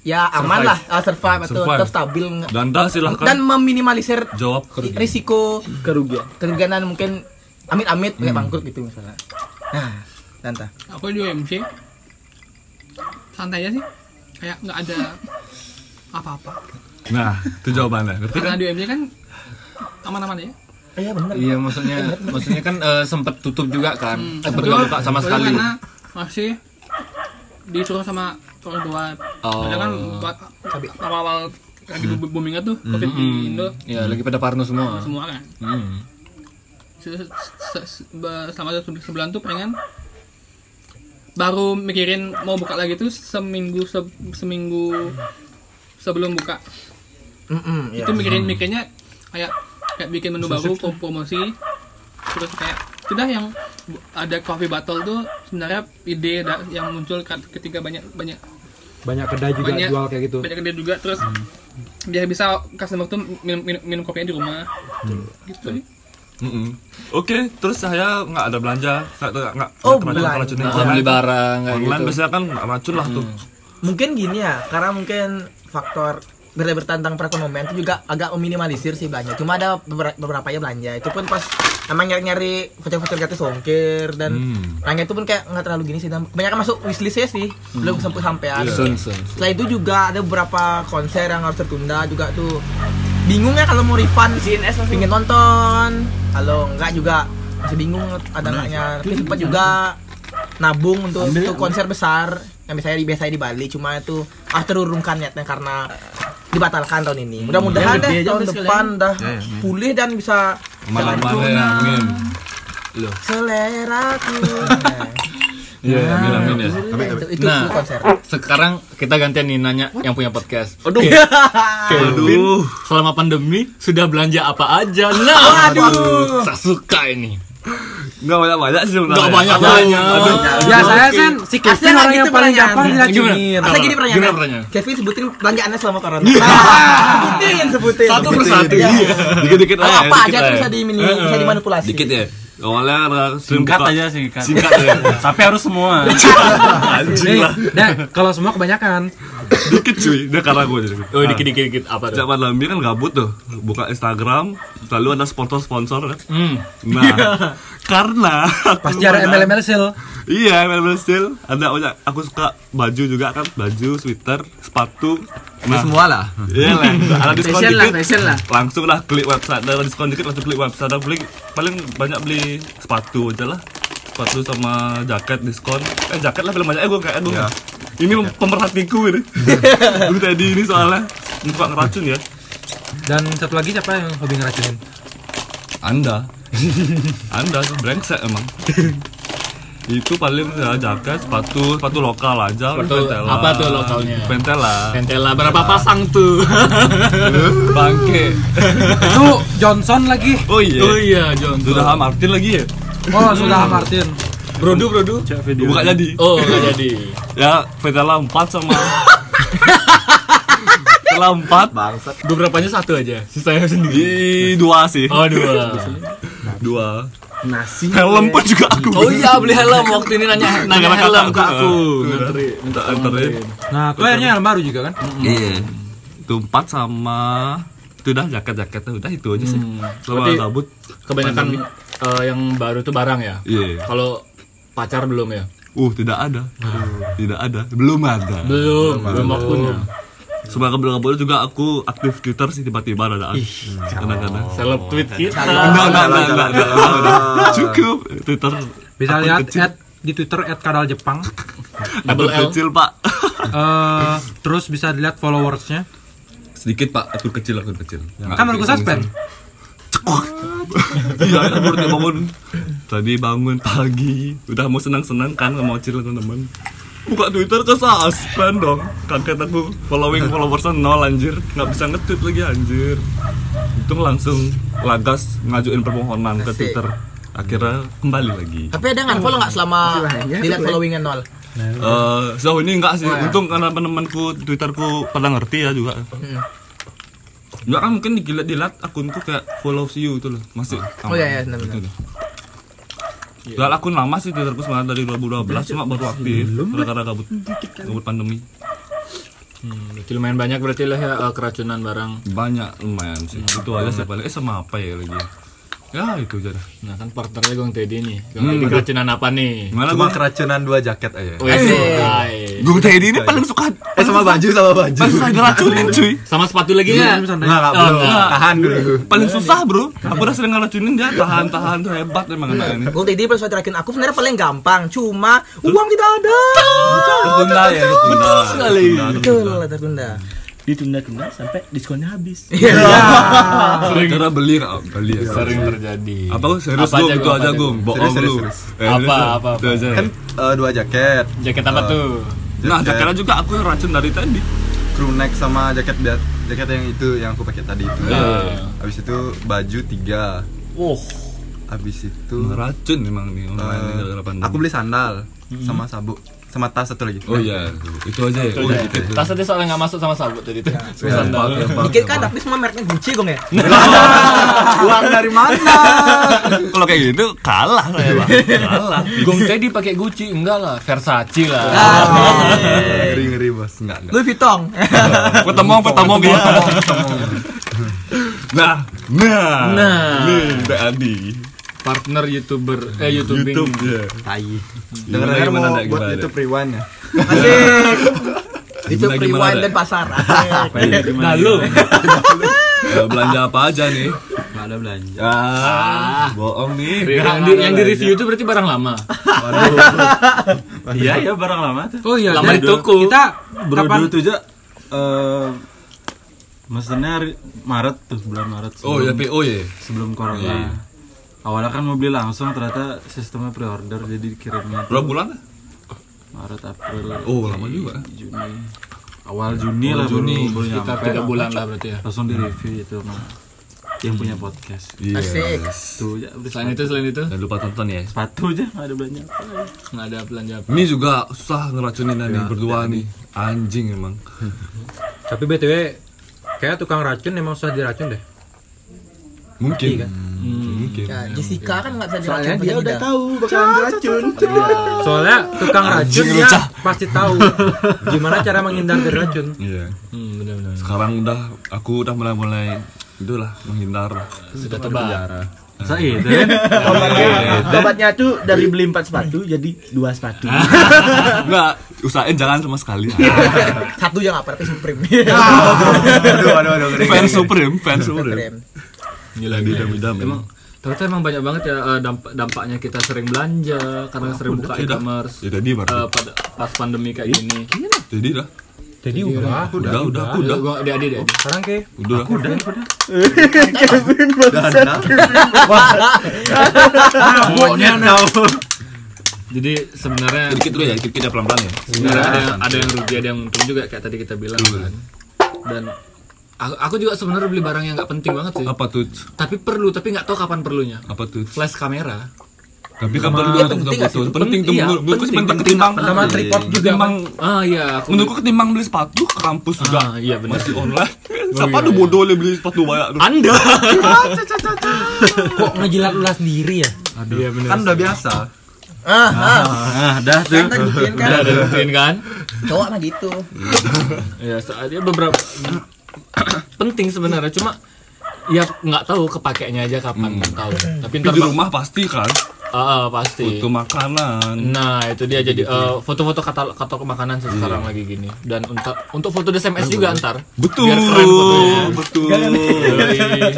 ya aman lah, ah, survive atau
Survive.
tetap stabil
Danda
kan
silahkan
dan meminimalisir
kan. jawab.
risiko
kerugian.
kerugian dan mungkin amit-amit kayak bangkrut gitu misalnya. Nah, Danta.
aku di UMC santai aja sih kayak nggak ada apa-apa.
Nah, itu jawabannya. Ngerti kan?
Karena di UMJ kan aman-aman ya.
Iya bener.
Iya maksudnya maksudnya kan
eh,
sempat tutup juga kan.
Hmm,
Sempet
betul.
nggak buka sama
Soalnya
sekali.
Karena masih disuruh sama orang tua.
Oh. Hmm.
Soalnya kan buat- awal-awal lagi bu- boomingnya tuh covid di Indo
Ya
Iya,
lagi pada parno semua.
semua kan.
Hmm.
Se- se- se- be- Selama satu sebulan tuh pengen baru mikirin mau buka lagi tuh seminggu se- seminggu sebelum buka
Mm-mm,
Ya.
iya.
itu mikirin
Hmm.
mikirnya kayak kayak bikin menu baru pro- promosi terus kayak sudah yang bu- ada coffee battle tuh sebenarnya ide da- yang muncul kat- ketika banyak banyak
Banyak kedai juga
Banyak.
jual kayak gitu.
banyak ide juga terus
Hmm.
biar bisa customer tuh minum minum, minum kopinya di rumah gitu sih.
Mm-mm. Oke, terus saya nggak ada belanja, nggak nggak nggak
Oh,
macam
belanja.
racunin
Nah,
online.
beli barang kayak
Online
gitu.
biasanya kan racun lah tuh.
Mungkin gini ya, karena mungkin faktor ber- bertantang perekonomian itu juga agak meminimalisir sih belanja. Cuma ada beber- beberapa ya belanja. Itu pun pas emang nyari-nyari voucher-voucher gratis ongkir dan belanja itu pun kayak nggak terlalu gini sih. Dan Kebanyakan masuk wishlist ya sih, belum sampai sampean.
Sun, sun, sun.
Setelah itu juga ada beberapa konser yang harus tertunda juga tuh. Bingung ya kalau mau refund pingin nonton. Kalau enggak juga masih bingung ada enggaknya. Tapi sempat juga nabung untuk untuk konser besar yang biasanya di biasanya di Bali cuma itu harus terurungkan niatnya karena dibatalkan tahun ini. Mudah-mudahan
Ya, gede
deh
aja
tahun
udah
depan dah pulih dan bisa
Malam-malam ya, amin.
seleraku.
Iya, amin, amin ya.
Nah, itu itu
Nah.
konser.
Sekarang kita gantian nih nanya yang punya podcast.
Aduh.
Aduh, selama pandemi sudah belanja apa aja? Nah,
Waduh.
saya suka ini.
Nggak banyak-banyak sih sebenarnya.
Gak banyak banyak.
Ya saya kan si Kevin orang yang paling gampang
Gimana?
Iya,
diracunir.
Masa gini pertanyaannya?
Gimana pertanyaannya?
Kevin sebutin belanjaannya selama corona. Ah, sebutin, sebutin.
Satu persatu.
Iya.
Dikit-dikit
Apa,
aja.
apa aja
dikit
tuh
aja.
bisa dimini, bisa dimanipulasi.
Dikit
Iya,
ya. Awalnya uh, sering
Singkat
buka-
aja singkat.
Singkat ya.
Tapi harus semua.
Anjing lah.
Dan kalau semua kebanyakan
Dikit cuy. Udah karena gue jadi. iya.
Oh, dikit dikit dikit apa tuh?
Sejak pandemi kan gabut tuh, buka Instagram, selalu ada sponsor-sponsor kan. Nah, karena aku
Hmm. Iya. pasti ada
memandang-
ML-ML sale.
Iya, ML still ada banyak. Aku suka baju juga kan, baju, sweater, sepatu. Nah,
Semua lah.
Iya lah, ada diskon
Fashion lah,
dikit.
fashion lah.
Langsung lah klik website, ada diskon dikit langsung klik website. Ada beli paling banyak beli sepatu aja lah. Sepatu sama jaket diskon. Eh jaket lah paling banyak. Eh gue kayak
Iya.
gue. Ini pem- pemerhatiku ini. Dulu tadi ini soalnya suka ngeracun ya.
Dan satu lagi siapa yang hobi ngeracunin?
Anda. Anda tuh brengsek emang. itu paling ya, jaket, sepatu, sepatu lokal aja.
Sepatu apa tuh lokalnya?
Pentela.
Pentela berapa pasang tuh?
Bangke.
Itu Johnson lagi.
Oh iya.
Oh iya, John.
Sudah Martin lagi ya?
Oh, sudah Martin.
Brodu, brodu.
Buka jadi.
Oh, enggak jadi.
Ya, Ventela 4 sama Ventela 4
Bangsat.
Beberapanya satu aja. Sisanya sendiri.
di dua sih.
Oh, dua.
Dua. Nasi. Helm pun juga aku.
Oh iya, beli helm waktu ini nanya nanya
Nggak
helm
kata
ke aku.
Ngantri, minta anterin.
Nah, itu akhirnya yang baru juga kan?
Iya. Itu 4 sama itu dah jaket-jaketnya udah itu aja sih. Sama
Berarti-
gabut.
Kebanyakan eh, yang baru tuh barang ya.
Iya.
Kalau pacar belum ya?
Uh, tidak ada. Tidak ada. Belum ada.
Belum, belum waktunya.
Sebagai belum kabur juga aku aktif Twitter sih tiba-tiba ada kadang-kadang.
Seleb tweet kita.
Enggak, enggak, enggak, enggak, enggak, enggak, enggak. Cukup Twitter
Bisa
akun
lihat
kecil,
at di Twitter at kadal Jepang.
akun
double L.
kecil, Pak.
Eh, terus bisa dilihat followersnya.
Sedikit, Pak. Akun kecil, akun kecil.
Kan menurut gue suspend.
Iya, kan baru dia bangun. Tadi bangun pagi, udah mau senang-senang kan mau chill teman-teman. Buka Twitter ke suspend dong. Kaget aku. Following followersnya nol anjir. Nggak bisa nge-tweet lagi anjir. Untung langsung lagas ngajuin permohonan ke Twitter. Akhirnya kembali lagi.
Tapi ada nggak follow nggak selama dilihat followingnya nol?
Eh, sejauh ini enggak sih. Untung karena teman-temanku Twitterku pada ngerti ya juga.
Hmm.
Enggak kan mungkin dilihat-dilihat akunku kayak follows you itu loh. Masih.
Oh iya iya benar-benar.
Padahal akun lama sih Twitterku sebenarnya dari 2012 cuma baru aktif gara-gara gabut gabut pandemi.
Jadi Hmm, lumayan banyak berarti lah ya eh, keracunan barang.
Banyak lumayan sih. Itu aja sih paling eh sama apa ya lagi.
Ya itu aja dah.
Nah kan partnernya Gong Teddy nih. Gong Teddy keracunan apa nih?
Mana
Cuma
gua
keracunan dua jaket aja.
Wes,
Gung Teddy ini paling suka
Eh sama baju sama baju.
paling suka diracunin cuy.
Sama sepatu lagi ya?
Enggak, enggak
Oh,
perlu.
enggak.
Iya. Tahan dulu.
Paling susah bro. Aku udah sering ngeracunin dia tahan tahan tuh hebat emang anak ini.
Gue tadi pas terakhir aku sebenarnya paling gampang, cuma uang tidak ada.
Tertunda ya tertunda.
sekali.
Betul, tertunda.
ditunda-tunda sampai diskonnya habis.
Iya.
Iya. Cara beli nggak? beli ya.
Iya.
Sering terjadi.
Apa gua serius
Apa
gum
aja,
itu
Gum?
aja
Apa aja,
gum. Bohong
Serius,
lu.
serius,
Eh,
Apa,
serius,
apa, apa.
Itu aja.
Kan eh, dua jaket.
Jaket apa
Eh,
tuh?
Nah, jaketnya juga aku racun dari tadi.
crew neck sama jaket bia- jaket yang itu yang aku pakai tadi itu.
Nah.
Habis itu baju tiga.
Wah,
Habis itu
Racun emang nih orang ini
eh,
gara-gara pandemi.
aku beli sandal sama sabuk sama tas satu lagi.
Oh iya, itu aja ya.
Oh, gitu.
tas tadi soalnya nggak masuk sama sabut tadi tuh. Sama
Ya,
sandal.
Dikit kan tapi semua mereknya Gucci gong ya.
Uang dari mana?
Kalau kayak gitu kalah saya, Bang. Kalah.
Gong Teddy pakai Gucci enggak lah, Versace lah.
Ah.
Iya.
Eh, ngeri ngeri bos nggak nggak.
Louis Vuitton.
Ketemu ketemu dia. Nah, nah.
Nah.
Nih, Mbak Adi.
Partner YouTuber eh YouTubing.
YouTube ya.
Tai. Dengar
Gimana, gimana,
dengar mau
Dak,
buat
gimana,
YouTube rewind ya.
Asik. Itu
Gimana, gimana,
rewind
Dak?
dan pasar. Asik.
Nah lu,
Ya, belanja apa aja nih?
Enggak ada belanja.
Ah, bohong nih.
yang di, yang di review itu berarti barang lama.
Iya ya barang lama tuh.
Oh iya,
Lama
jadi
di toko.
Kita
Bro
kapan
dulu tuh aja eh mesennya hari- Maret tuh bulan Maret.
Oh, ya
sebelum-
PO ya.
sebelum corona.
Iya.
Awalnya kan mau beli langsung ternyata sistemnya pre-order jadi dikirimnya tuh
Berapa bulan?
Maret April
Oh, lama juga.
Juni. Awal Juni lah
Juni,
baru, baru
Kita
nyampe.
tiga bulan lah berarti ya.
Langsung di review itu sama yang punya podcast.
Iya.
Asik.
Tuh ya beli
Selain itu, selain itu
Jangan lupa tonton ya.
sepatu aja nggak ada belanja.
nggak ada belanja apa.
Ini juga susah ngeracunin nih berdua nih. Anjing emang.
Tapi BTW kayak tukang racun emang susah diracun deh.
Mungkin.
kan?
Hmm, Mungkin.
Ya, Jessica kan nggak bisa
Soalnya
diracun
dia
pakai
udah
lidah.
tahu bakalan beracun.
Soalnya tukang racun
Anjing,
ya
lucah.
pasti tahu gimana cara menghindar dari racun.
Iya.
Hmm, benar-benar.
Sekarang udah aku udah mulai mulai itulah menghindar. lah.
Sudah tebak.
Saya itu ya.
Obatnya tuh dari beli empat sepatu jadi dua sepatu.
Enggak, usahain jangan sama sekali.
Iya. Satu yang apa? Tapi Supreme.
Aduh aduh aduh ngeri.
fans supreme, fans supreme.
Supreme.
Gila di dam dam.
Emang ternyata emang banyak banget ya eh, damp- dampaknya kita sering belanja karena sering buka e-commerce.
Ya tadi
Eh,
baru.
pada pas pandemi kayak
Iya,
gini.
Jadi dah.
Jadi udah,
Udah, udah, aku udah.
Gua adik adik
sekarang ke
Udah.
Udah, udah.
Dana.
Pokoknya
Jadi sebenarnya
Dikit dulu ya, dikit kita pelan-pelan ya.
sebenarnya ada, yang, ada yang rugi ada yang untung juga kayak tadi kita bilang kan. Dan aku, aku juga sebenarnya beli barang yang nggak penting banget sih.
Apa tuh?
Tapi perlu tapi nggak tahu kapan perlunya.
Apa tuh?
Flash kamera.
Tapi kan perlu tuh foto-foto. Penting tuh
Iya,
menurut- menurutku
penting,
penting
penting.
ketimbang
Sama tripod juga.
ketimbang
Ah iya, aku
menurutku ketimbang beli sepatu ke kampus juga.
Ah, iya benar.
Masih online. Siapa tuh bodoh boleh beli sepatu banyak tuh.
Anda.
kok ngejilat ulas sendiri ya?
Kan udah biasa.
Ah, ah.
Ah, dah tuh.
Kan mungkin kan
Udah ada buktiin kan?
cowok mah gitu.
Ya, soalnya beberapa penting sebenarnya cuma ya nggak tahu kepakainya aja kapan nggak tahu. Tapi
Hmm. Tapi
ntar
di rumah pasti kan
Ah, ah, pasti.
foto makanan.
Nah, itu dia jadi eh, foto-foto katalog, katalog makanan sih sekarang lagi gini. Dan untuk untuk foto di SMS juga antar.
Betul,
Biar keren fotonya.
betul.
Yoi.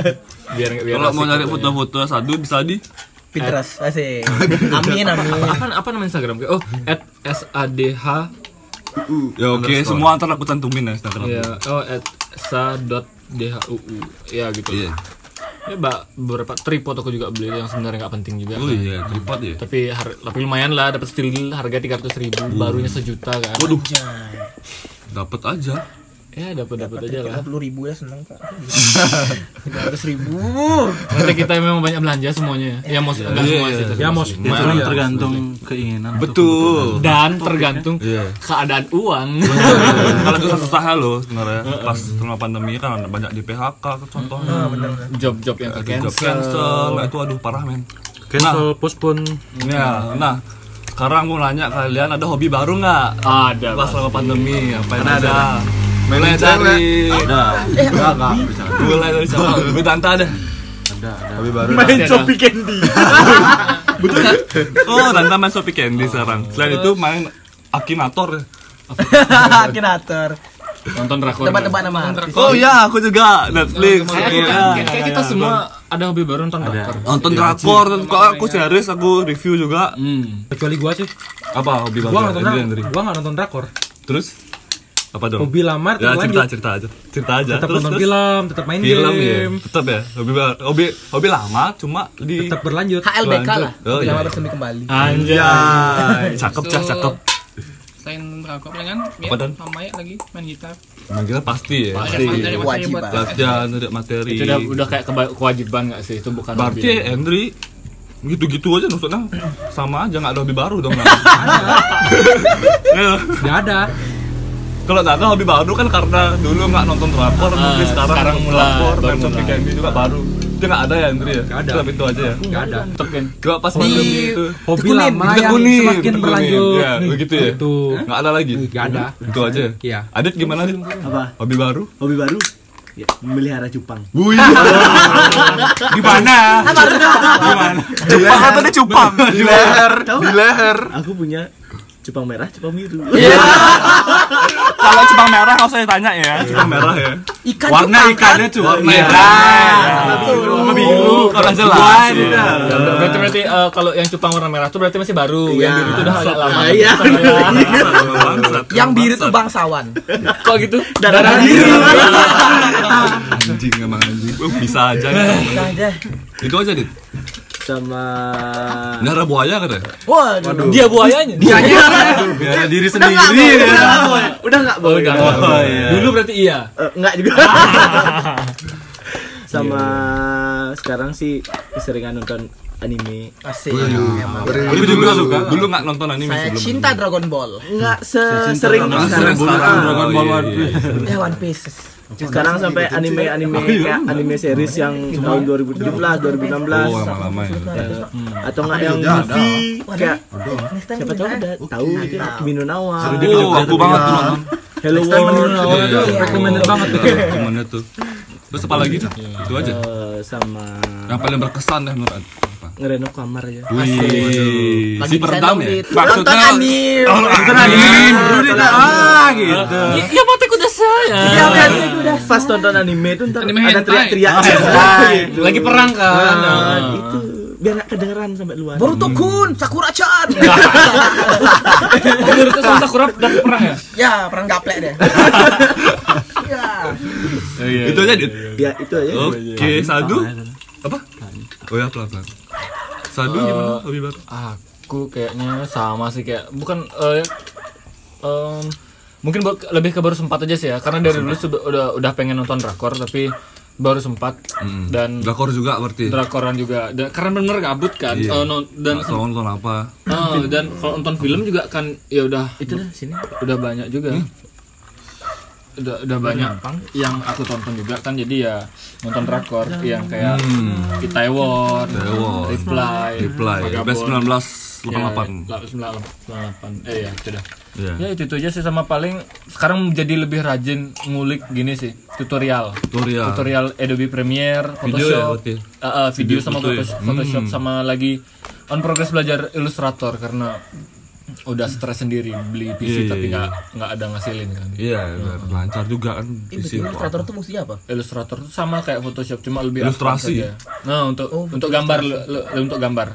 biar biar
Kalau mau
asik
nyari
fotonya.
foto-foto sadu bisa di
Pinterest, asik. Amin, amin.
apa apa nama Instagram? Oh, at SADH
Ya oke, semua antar aku cantumin ya Instagram.
ya oh at sa.dhuu ya gitu.
Iya.
Ya ba- beberapa tripod aku juga beli yang sebenarnya nggak penting juga.
Oh iya, tripod ya.
Tapi har- tapi lumayan lah dapat steel harga 300.000 ribu barunya sejuta kan.
Waduh. Dapat
Iya,
aja.
Ya dapat dapat aja
Tiga
lah.
puluh ribu ya seneng pak. Tiga ratus ribu.
Nanti kita memang banyak belanja semuanya ya. Ya mau enggak semua sih. tapi
Ya mau
masih.
Itu kan tergantung keinginan. atau
kan. Betul.
Dan tergantung
Iya.
keadaan uang. iya,
Kalau itu susah loh sebenarnya pas selama pandemi kan ada banyak di PHK contohnya.
Job-job yang
Ada
ke
job
cancel.
cancel. Nah, itu aduh parah men. Nah, ah.
Cancel, postpone.
Ya, nah sekarang mau nanya kalian ada hobi baru nggak?
Ada.
Pas selama pandemi ngapain aja? Mulai
Main cewek.
dari
Udah, enggak enggak bisa.
mulai dari siapa? Gue tante deh.
Hobi baru.
Main Shopee Candy.
Oh, Ranta main Shopee Candy sekarang. Selain itu main Akinator.
Akinator.
Nonton drakor.
Tempat-tempat nama. artis.
Oh iya, aku juga Iya, Netflix.
Kayak kita,
Iya.
kayak kita semua ada hobi baru nonton drakor.
Nonton drakor, kok aku series aku review juga.
Hmm.
kecuali gua sih
Apa hobi
gua nggak
baru?
nonton
Andri,
drakor
Andri.
gua nggak nonton drakor
Terus apa dong?
hobi lamar
Ya
tetap
cerita
lanjut
cerita aja, cerita aja.
tetap nonton film iya. tetap main
film ya,
game
tetap ya. Hobi baru- hobi hobi lama, cuma di
tetap berlanjut
HLBK lah.
Oh, iya.
Lama bersemi kembali.
Anjay, cakep cah
So,
cakep.
Selain rokok kan, ya,
Apa, Dan?
sama Maya lagi main gitar.
Emang kita pasti ya.
Pasti. Dari materi
Wajib,
buat
Pak.
Latihan dari materi.
Itu udah, udah kayak keba- kewajiban nggak sih? Itu bukan
Berarti
hobi.
Andri gitu-gitu aja maksudnya sama aja nggak ada hobi baru dong. Iya. Nang. Ya.
nggak ada
Kalau nggak ada hobi baru kan karena dulu nggak nonton drakor, mungkin sekarang,
sekarang
nonton
mulai,
drakor,
baru
main Shopee
mulai.
Candy juga baru. Itu nggak ada ya Andri ya?
Nggak ada.
Cuma itu aja ya.
nggak ada
Tetep kan.
Gak pas pandemi itu.
hobi
Tekunin,
lama yang
Tekuni,
semakin
tekuni.
berlanjut
Ya, begitu ya.
Gitu.
Nggak ada lagi.
Nggak ada.
Itu aja. ya?
Iya.
Adit gimana Adit?
Apa?
Hobi baru?
Hobi baru? Ya, melihara cupang.
Wih.
Ah,
Cupang atau dia cupang? Di leher,
Tahu
di
nggak?
leher.
Aku punya cupang merah, cupang biru.
Kalau cupang merah nggak usah ditanya ya. Cupang merah ya.
Ikan
warna
cupang, kan?
ikannya cuma
Merah. Biru. Biru. Kalau jelas. Iya.
Berarti berarti eh, kalau yang cupang warna merah tuh berarti masih baru.
Ya,
Yang biru itu udah agak lama.
Ah, Iya.
Bangsat,
Yang biru tuh
bangsat.
bangsawan.
Kok gitu?
Darah biru.
anjing emang anjing. Uh, bisa aja. ya.
Udah aja.
Itu aja dit.
Sama
Nara buaya kan ya?
Waduh.
Dia buayanya.
Biar diri
Udah nggak boleh, udah nggak Nah, boleh. Udah nggak boleh.
Udah. Dulu berarti iya.
Eh, Nggak juga. Sama sekarang sih keseringan nonton anime.
Asik.
Dulu juga suka. Dulu nggak nonton anime
Saya
sebelum.
cinta Dragon Ball.
Nggak Hmm. sesering
Sekarang sekarang
sekarang.
Oh, iya,
Ah.
Dragon Ball One Piece.
Ya One Piece.
sekarang sampai anime anime kayak anime series yang tahun 2017
Oh,
2016
lama-lama ya.
atau nggak yang movie kayak
Next time
siapa tahu
kita-
ada tahu gitu Kimi no Na wa
Oh, aku banget tuh nonton.
Hello
Iya,
World
iya, iya.
recommended banget tuh
Iya, Gimana tuh? Terus apa lagi? Itu aja.
Eh, sama
Yang paling berkesan deh menurut aku. Apa?
ngerenov kamar ya
Wih, si
Lagi bisa
peredam
dong,
ya?
Dit. Nonton anime.
Nonton anime. Ah, gitu.
Iya, mati kuda saya.
Iya kan pas nonton anime itu ntar
Anime hentai.
ada teriak-teriak gitu.
Lagi perang kan.
Nah, itu biar nggak kedengeran sampai luar
Boruto Kun, Sakura Chan.
Menurut itu Sakura dari perang ya?
ya, perang gaplek deh. ya.
Itu Gitu aja, Dit.
ya itu aja
Oke, Sadu. Apa? Oh ya, pelan-pelan. Sadu gimana? Hobi baru?
Aku kayaknya sama sih kayak bukan eh, em, mungkin buat- lebih ke baru sempat aja sih ya karena dari dulu sebe- udah udah pengen nonton drakor tapi baru sempat dan
Hmm. Drakor juga berarti.
drakoran juga Da- karena bener gabut kan
Iya.
Eh, no- dan
Nggak tahu nonton apa?
eh, dan kalau nonton film juga kan ya udah itu dah sini udah banyak juga udah udah banyak yang aku tonton juga kan jadi ya nonton drakor yang kayak Hmm. Itaewon,
Itaewon,
Reply,
Reply.
Vagabond.
Best
Ya,
1988.
98. Eh ya, itu dah.
Iya.
Ya itu, itu aja sih sama paling sekarang jadi lebih rajin ngulik gini sih, tutorial.
Tutorial.
Tutorial Adobe Premiere,
Video ya,
Photoshop.
berarti?
Eh, eh, video,
Video
sama
foto ya?
Photoshop, Photoshop sama lagi on progress belajar Illustrator karena udah stres sendiri beli
Iya,
PC tapi
iya,
nggak nggak ada ngasilin kan.
Iya, biar lancar juga kan di
Ini
sini.
ilustrator tuh fungsinya apa?
Illustrator tuh sama kayak Photoshop cuma lebih
Ilustrasi.
advance aja. Nah, untuk untuk gambar le- le- le- untuk gambar.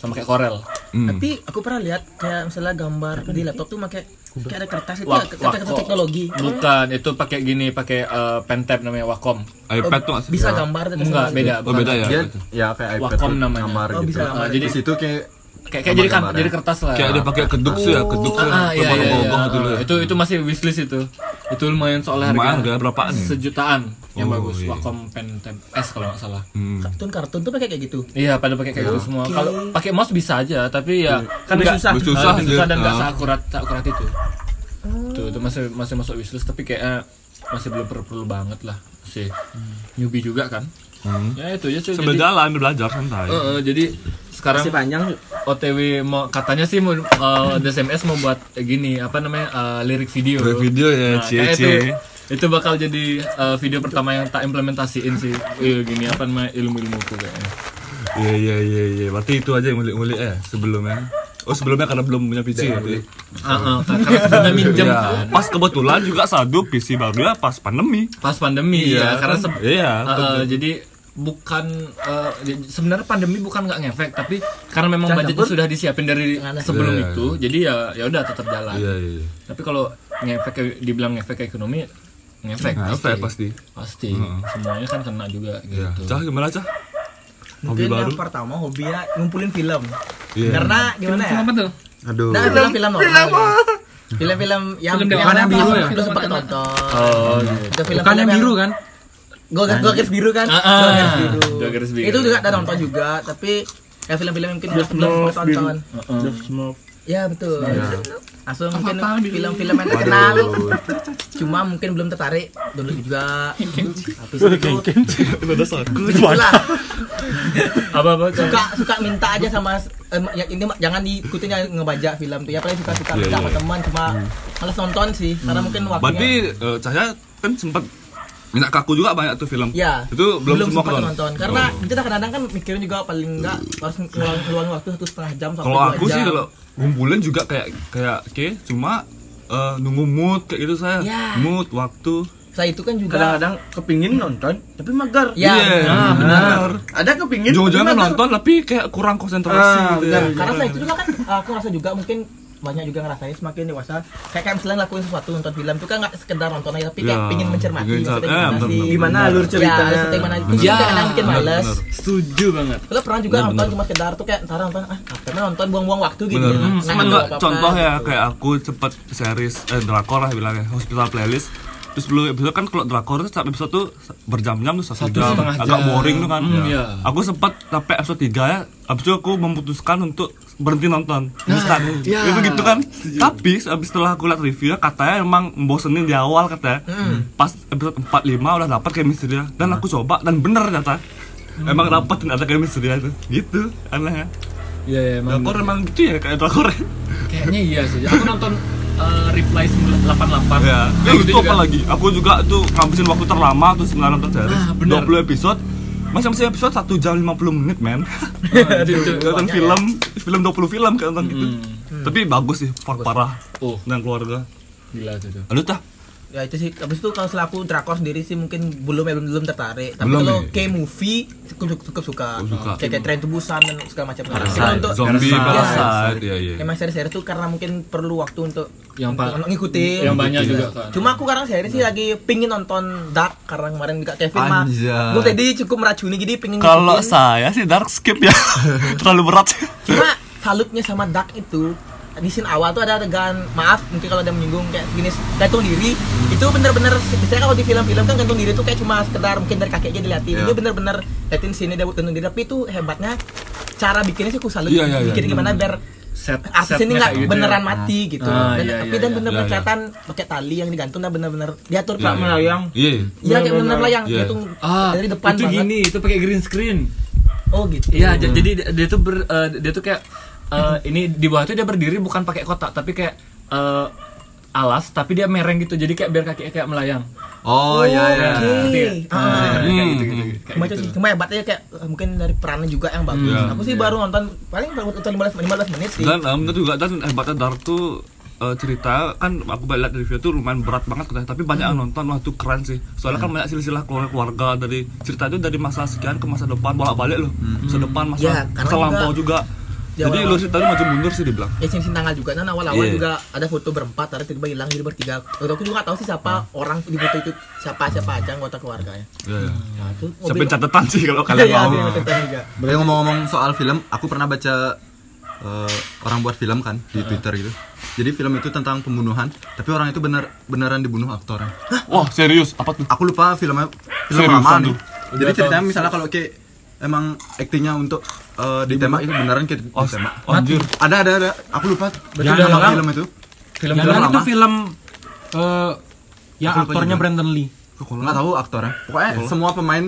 Sama kayak Corel.
Tapi aku pernah lihat kayak misalnya gambar di laptop tuh pakai kayak ada kertas itu ya,
Wak-
kertas-kertas
wako.
teknologi.
Bukan, itu pakai gini, pakai eh, pen tab namanya Wacom.
iPad tuh nggak sih?
Bisa gambar tapi
Enggak, beda.
Oh, beda ya?
Iya.
Dia ya kayak iPad
Wacom
tuh,
namanya.
Kamar
Oh,
gitu.
bisa gambar.
Eh, jadi
Di situ kayak
kayak kayak jadi kan
Gambar-gambar
jadi
ya.
kertas lah.
Kayak ada pakai keduk sih ya, keduk sih.
Ah, iya, iya, iya.
Bobong dulu ya.
Itu itu masih wishlist itu. Itu lumayan soalnya
Lumayan,
harga
harga berapaan ya?
Sejutaan yang
Oh,
bagus
iya.
Wacom pen tab S kalau nggak salah.
Hmm.
Kartun-kartun tuh pakai kayak gitu.
Iya, pada pakai kayak gitu semua. Kalau pakai mouse bisa aja, tapi ya kan nggak-
susah. Iya. Lebih susah,
Ah, lebih susah dan
iya.
nggak
Ah.
seakurat seakurat itu. Tuh, itu masih masih masuk wishlist tapi kayak eh, masih belum perlu, perlu banget lah sih. Newbie juga kan.
Hmm.
Hmm. Ya itu aja sih.
Sambil
Jadi,
jalan belajar santai.
eh, eh, jadi sekarang
masih panjang
OTW mau katanya sih mau eh, ada SMS mau buat eh, gini apa namanya eh, lirik video.
Buat video ya,
kayak
cie-cie.
itu. itu bakal jadi eh, video pertama yang tak implementasiin sih Iya, gini apa namanya ilmu-ilmuku kayaknya
Iya iya iya iya. Berarti itu aja yang ngulik-ngulik ya sebelumnya. Oh sebelumnya karena belum punya PC
Iya,
ya. berarti?
Ah, ah, karena sebenarnya minjem
Iya.
kan
Pas kebetulan juga sadu PC baru ya pas pandemi.
pas pandemi ya karena se-
iya.
Uh, uh, jadi bukan uh, j- sebenarnya pandemi bukan nggak ngefek tapi karena memang budgetnya sudah disiapin dari sebelum
Iya.
itu jadi ya ya udah tetap jalan
Iya iya.
tapi kalau ngefek ke- dibilang ngefek ke ekonomi ngefek
Ngefek Nah, pasti.
pasti semuanya kan kena juga
Iya.
gitu
Cah gimana cah? Hobi
Mungkin
baru.
yang pertama hobi ya ngumpulin film.
Iya.
Karena gimana ya?
Film apa tuh?
Aduh.
Nah, film-film orang. Film-film yang
Film
yang
dewasa
mana
apa
biru ya?
film
Itu
anak-anak?
sempat tonton.
oh gitu.
Itu film
Bukan yang biru kan?
Gua gua garis biru kan?
Ah,
Gua
ah.
garis biru.
Dua garis biru.
Itu juga ada nonton juga, tapi ya film-film yang mungkin belum sempat tonton. Ya betul.
Nah,
Langsung mungkin
Avatar biru.
film-film yang terkenal. Cuma mungkin belum tertarik dulu juga. Habis itu Itulah.
apa apa
suka suka minta aja sama eh, ya ini mah, jangan diikutin yang ngebajak film tuh ya paling suka suka minta
Iya,
sama
iya. Hmm.
teman cuma males nonton sih karena mungkin
Berarti
waktunya
eh, cahaya kan sempat minta kaku juga banyak tuh film.
ya
Itu belum, semua kan?
sempat
keton.
nonton karena kita kadang-kadang kan mikirin juga paling enggak harus ngeluang, ngeluangin waktu satu setengah jam sampai
Kalau
dua
aku sih
jam.
kalau ngumpulin juga kayak kayak oke cuma eh, nunggu mood kayak gitu saya.
Ya.
Mood waktu.
saya itu kan juga
kadang-kadang kepingin nonton tapi mager
ya
Nah, benar.
ada kepingin
Jangan-jangan
tapi mager.
kan nonton tapi kayak kurang konsentrasi
Gitu. Nah, Ah,
gitu
benar.
ya.
karena saya itu juga kan aku rasa juga mungkin banyak juga ngerasain semakin dewasa kayak kayak misalnya lakuin sesuatu nonton film itu kan nggak sekedar nonton aja tapi kayak
Ya,
pingin mencermati
pingin
maksudnya
cer- eh, Iya,
gimana
bener,
sih
bener.
gimana alur
ya
ceritanya
seperti mana itu
Bener.
juga kadang bikin males
Bener,
setuju banget
Lo pernah juga
Bener,
nonton
bener.
cuma sekedar tuh kayak ntar nonton ah apa emang nonton buang-buang waktu gitu.
Bener.
Nah,
Sama
nggak
enggak
apa-apa.
contoh ya Hmm, kayak aku cepet series eh drakor lah bilangnya hospital playlist. Terus dulu episode kan kalau drakor tuh setiap episode tuh berjam-jam tuh satu,
Satu
jam.
setengah
Agak
jam.
boring tuh kan.
Hmm, iya.
Aku sempat sampai episode 3 ya. Habis itu aku memutuskan untuk berhenti nonton. Instan. Itu gitu kan. Tapi habis setelah aku lihat reviewnya katanya emang membosenin di awal katanya. Pas episode 4 5 udah dapat chemistry-nya dan aku coba dan bener ternyata. Emang dapat dan ada chemistry itu. Gitu anehnya.
ya ya emang
Drakor emang gitu ya kayak drakor.
kayaknya iya sih aku nonton eh, reply
Ya,
88 Kayak
itu
Kan gitu juga.
apa lagi? Aku juga tuh ngabisin waktu terlama tuh 9 nonton sehari.
Ah, bener.
20 episode. Masih masih episode 1 jam 50 menit, men.
Iya,
nonton film,
ya.
film 20 film kayak nonton gitu. Tapi bagus sih, fuck parah.
Hmm. Oh.
Dan keluarga.
gila tuh tuh.
Aduh tah.
Ya itu sih. Habis itu kalau selaku drakor sendiri sih mungkin belum ya, belum, belum tertarik. Tapi
Belum
kalau
ya?
K-movie cukup cukup suka.
Oh, suka.
Kayak kayak tren tubusan dan segala macam. Karena
Parasite,
untuk ya,
zombie
Parasite.
parasite. Iya, iya.
emang seri-seri tuh karena mungkin perlu waktu untuk
Yang
untuk-
pa-
untuk ngikutin
yang banyak
gitu.
juga kan.
Cuma aku sekarang seri sih lagi pingin nonton Dark karena kemarin juga Kevin mah.
Anjay.
Gue tadi cukup meracuni jadi pingin
Kalau
ngikutin.
saya sih dark skip ya. Terlalu berat.
Cuma salutnya sama Dark itu di scene awal tuh ada adegan maaf mungkin kalau ada yang menyinggung kayak gini gantung diri itu bener-bener biasanya kalau di film-film kan gantung diri tuh kayak cuma sekedar mungkin dari kakeknya diliatin
Iya.
ini bener-bener liatin sini dia gantung diri tapi itu hebatnya cara bikinnya sih aku salut
Iya, iya, iya.
bikin gimana biar
set
artis ini
setnya
nggak
kayak gitu ya.
beneran mati gitu
Ah,
dan,
iya,
tapi
iya,
dan
iya.
bener-bener
Iya, iya.
kelihatan pakai tali yang digantung dan bener-bener diatur
Iya,
Kak.
iya.
melayang.
Iya.
Iya, kayak bener-bener layang
Iya.
itu
ah
dari depan
itu
banget
gini itu pakai green screen
oh gitu
Iya, j- jadi dia- dia tuh ber- eh, dia tuh kayak eh, ini di bawah tuh dia berdiri bukan pakai kotak tapi kayak eh, alas tapi dia mereng gitu. Jadi kayak biar kakinya kayak melayang.
Oh iya iya.
oke Ah.
Kayak
Hmm.
gitu-gitu, kayak
Cuma
gitu.
itu sih, cuma hebatnya kayak eh, mungkin dari perannya juga yang bagus.
Hmm.
Aku sih baru nonton paling baru nonton 15 15 menit sih.
Dan um, juga dan hebatnya Dark tuh eh, cerita kan aku balik lihat review tuh lumayan berat banget katanya tapi banyak yang nonton wah itu keren sih soalnya kan banyak silsilah keluarga keluarga dari cerita itu dari masa sekian ke masa depan bolak balik loh masa depan masa
Ya, karena
masa lampau juga,
Ya,
jadi
awal-
lu cerita itu maju mundur sih dibilang
Ya sini tanggal juga kan awal-awal
Iya.
juga ada foto berempat, tapi tiba-tiba hilang jadi bertiga. Waktu aku juga nggak tahu sih siapa orang di foto itu siapa siapa aja anggota keluarganya.
Iya, iya.
Nah, itu
siapin catatan sih kalau kalian
Iya,
mau
ada yang catatan juga.
Tapi ngomong-ngomong soal film, aku pernah baca eh, orang buat film kan di Twitter gitu. Jadi film itu tentang pembunuhan, tapi orang itu bener beneran dibunuh aktornya.
wah serius apa tuh
Aku lupa filmnya film
Seriusan
lama nih.
tuh?
Jadi ceritanya misalnya kalau kayak emang aktingnya untuk eh, ditembak itu beneran kayak
oh,
ditembak.
Nah,
anjir
Ada ada ada. Aku lupa. Berarti
Jangan
udah lama
bilang.
film itu.
Film
Yang
film
lain itu
lama.
film eh yang
Aku lupa
aktornya
juga.
Brandon Lee.
Nggak tahu aktornya. Pokoknya semua pemain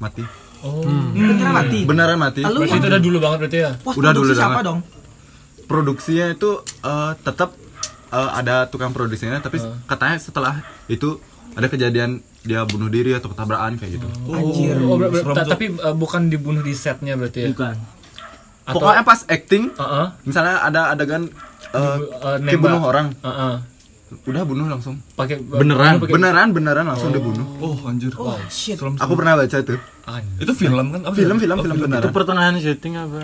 mati.
Beneran mati.
Beneran mati.
Lalu
Berarti
yang
itu udah dulu banget berarti ya.
pos
Udah
produksi
dulu
siapa
banget.
dong?
produksinya
Eh.
itu eh, tetap eh, ada tukang produksinya tapi katanya setelah itu ada kejadian dia bunuh diri atau ketabrakan kayak gitu
Anjir.
Oh, ber- ber- ta- tapi eh, bukan dibunuh di setnya
Iya.
berarti ya?
bukan
Atau-
pokoknya pas acting
Heeh.
misalnya ada adegan eh
Dibu- eh,
dia
nembak.
bunuh orang
Heeh.
udah bunuh langsung
Pakai eh,
Beneran?
pakai-
beneran beneran langsung dibunuh
Oh anjir.
Oh shit.
aku pernah baca itu
Anjir.
Itu film kan? Apa
film
ya?
Oh,
film film beneran
pertengahan syuting apa?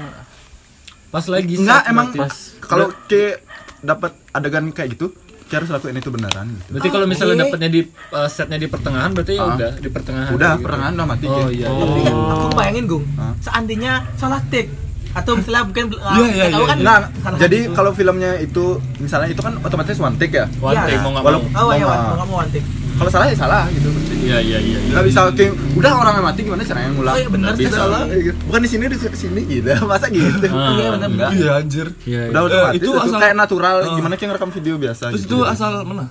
Pas lagi
enggak
set
emang
berarti.
kalau ke dapat adegan kayak gitu Ki harus lakuin itu beneran gitu
Berarti kalau misalnya
Oke.
dapatnya di eh, setnya di pertengahan berarti ya
Ah.
udah di pertengahan.
udah
gitu.
pertengahan udah mati
Oh
Ki.
iya.
Tapi ya, aku bayangin Gung,
Oh. Hah?
seandainya salah take atau misalnya mungkin uh,
Iya, iya,
nggak tahu
iya,
kan
Nah,
salah
jadi
gitu.
kalau filmnya itu misalnya itu kan otomatis one take ya.
One
Iya.
take mau nggak mau.
Walaupun-
oh iya,
Nah.
Wan, kamu one take.
Kalau salah ya salah gitu.
Iya iya iya.
Gak bisa kayak udah orangnya mati gimana caranya ngulang?
Oh iya, benar,
Nggak bisa
benar.
lah. kayak gitu. Bukan di sini di sini, di sini gitu. Masa gitu?
Ah.
Iya benar-benar.
Enggak.
Iya anjir.
Iya.
Udah otomatis
itu
itu,
asal-
kayak natural
Ah.
gimana kayak ngerekam video biasa
Terus itu
gitu.
asal mana?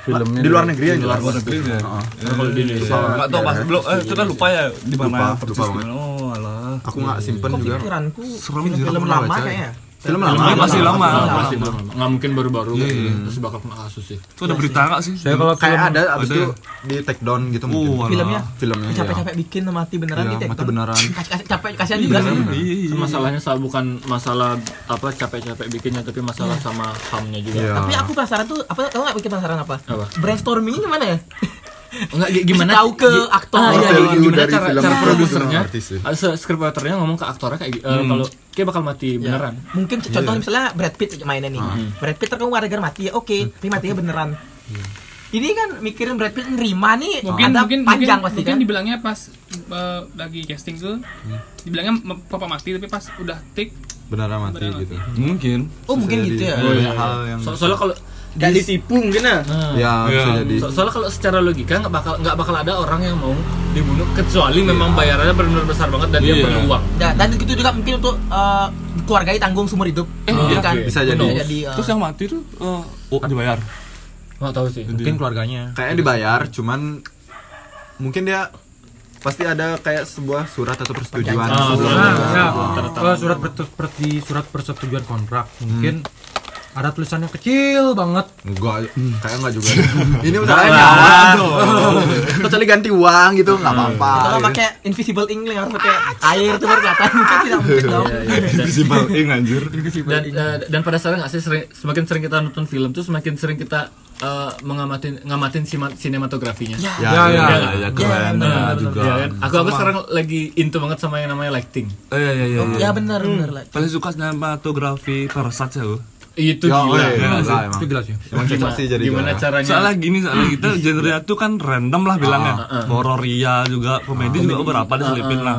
Filmnya
di luar negeri ya jelas.
Luar negeri ya.
Heeh.
Kalau di Indonesia. Enggak tahu pas belum eh kita lupa ya di
Lupa,
mana
lupa
persis
banget.
gimana. Oh alah.
Aku nggak simpen
Kok
juga.
pikiranku
Serem
film,
juga,
film
pernah
lama
baca. ya.
kayaknya. ya?
Film lama.
Filmnya masih lama.
Pasti belum. Nggak mungkin baru-baru
Iya,
kan. Terus bakal kena kasus sih.
Itu ada berita enggak sih?
Saya kalau
Kayak
film-
ada abis
Ada
itu
ya?
di take down gitu mungkin.
Oh, alah.
Filmnya?
Filmnya. iya.
Capek-capek bikin mati beneran
Iya,
gitu. ya,
mati
Ton.
beneran. iya.
Kas- kas- Capek kasihan juga sih.
Iya.
Terus Masalahnya sa- bukan masalah apa capek-capek bikinnya tapi masalah
Iya.
sama hamnya juga.
Iya.
Tapi aku penasaran tuh apa tau nggak bikin penasaran apa?
Apa?
Brainstormingnya gimana ya?
Enggak gi- gimana?
Tahu ke
gi-
aktor.
Ah, iya,
Value
gimana
dari
cara,
film
cara
itu
produsernya?
artis sih.
ah, se- Scriptwriternya ngomong ke aktornya kayak gitu.
Hmm.
kalau kayak bakal mati
Ya.
beneran.
Ya. Mungkin c- contoh misalnya Brad Pitt mainnya nih. Brad Pitt terkenal gara-gara mati ya, oke, tapi matinya beneran. Ini kan mikirin Brad Pitt nerima nih,
mungkin
ada
mungkin
panjang
mungkin,
pasti
mungkin
kan.
dibilangnya pas eh, lagi casting tuh
Hmm.
dibilangnya m- papa mati tapi pas udah take
Beneran mati gitu.
Mungkin.
Oh mungkin
Jadi,
gitu ya.
iya, iya, hal yang
So- soalnya kalau
gak ditipu mungkin lah
ya bisa jadi
so- soalnya kalau secara logika nggak bakal nggak bakal ada orang yang mau dibunuh kecuali memang bayarannya benar-benar besar banget dan dia
Iya.
perlu uang.
Ya, dan gitu juga mungkin untuk eh, keluarganya tanggung seumur hidup. Eh,
iya, oke.
bisa jadi.
jadi eh,
Terus yang mati tuh eh, oh dibayar.
Nggak tahu sih.
mungkin keluarganya
kayaknya dibayar cuman mungkin dia pasti ada kayak sebuah surat atau persetujuan
Ah,
sebelum-
Nah, ya,
Tanda-tanda.
eh, surat pertu- seperti surat persetujuan kontrak mungkin ada tulisannya kecil banget.
enggak kayak enggak juga ini usahanya nyawa kecuali ganti uang gitu nggak apa-apa
kalau pakai invisible ink lah, harus pakai air tuh baru kelihatan mungkin tidak
Iya,
mungkin dong.
Invisible ink anjir.
dan eh, dan pada saat nggak sih sering- semakin sering kita nonton film tuh semakin sering kita eh, mengamatin ngamatin sima- sinematografinya.
Ya.
ya
Ya,
ya
ya.
ya, ya, keren
Ya,
ya,
benar,
juga
Iya kan? Aku aku sekarang lagi into banget sama yang namanya lighting.
Eh iya iya iya.
Ya benar benar lah.
Paling suka sinematografi Parasat ya. lu.
Itu
ya
gila.
iya, iya,
Gila sih.
lah, emang
Itu gila sih.
emang cocok
Gimana,
sih jadi
gimana
gimana
caranya?
Soalnya gini, soalnya kita genre tuh kan random lah bilangnya. Horor iya juga, komedi Ah, juga berapa diselipin lah.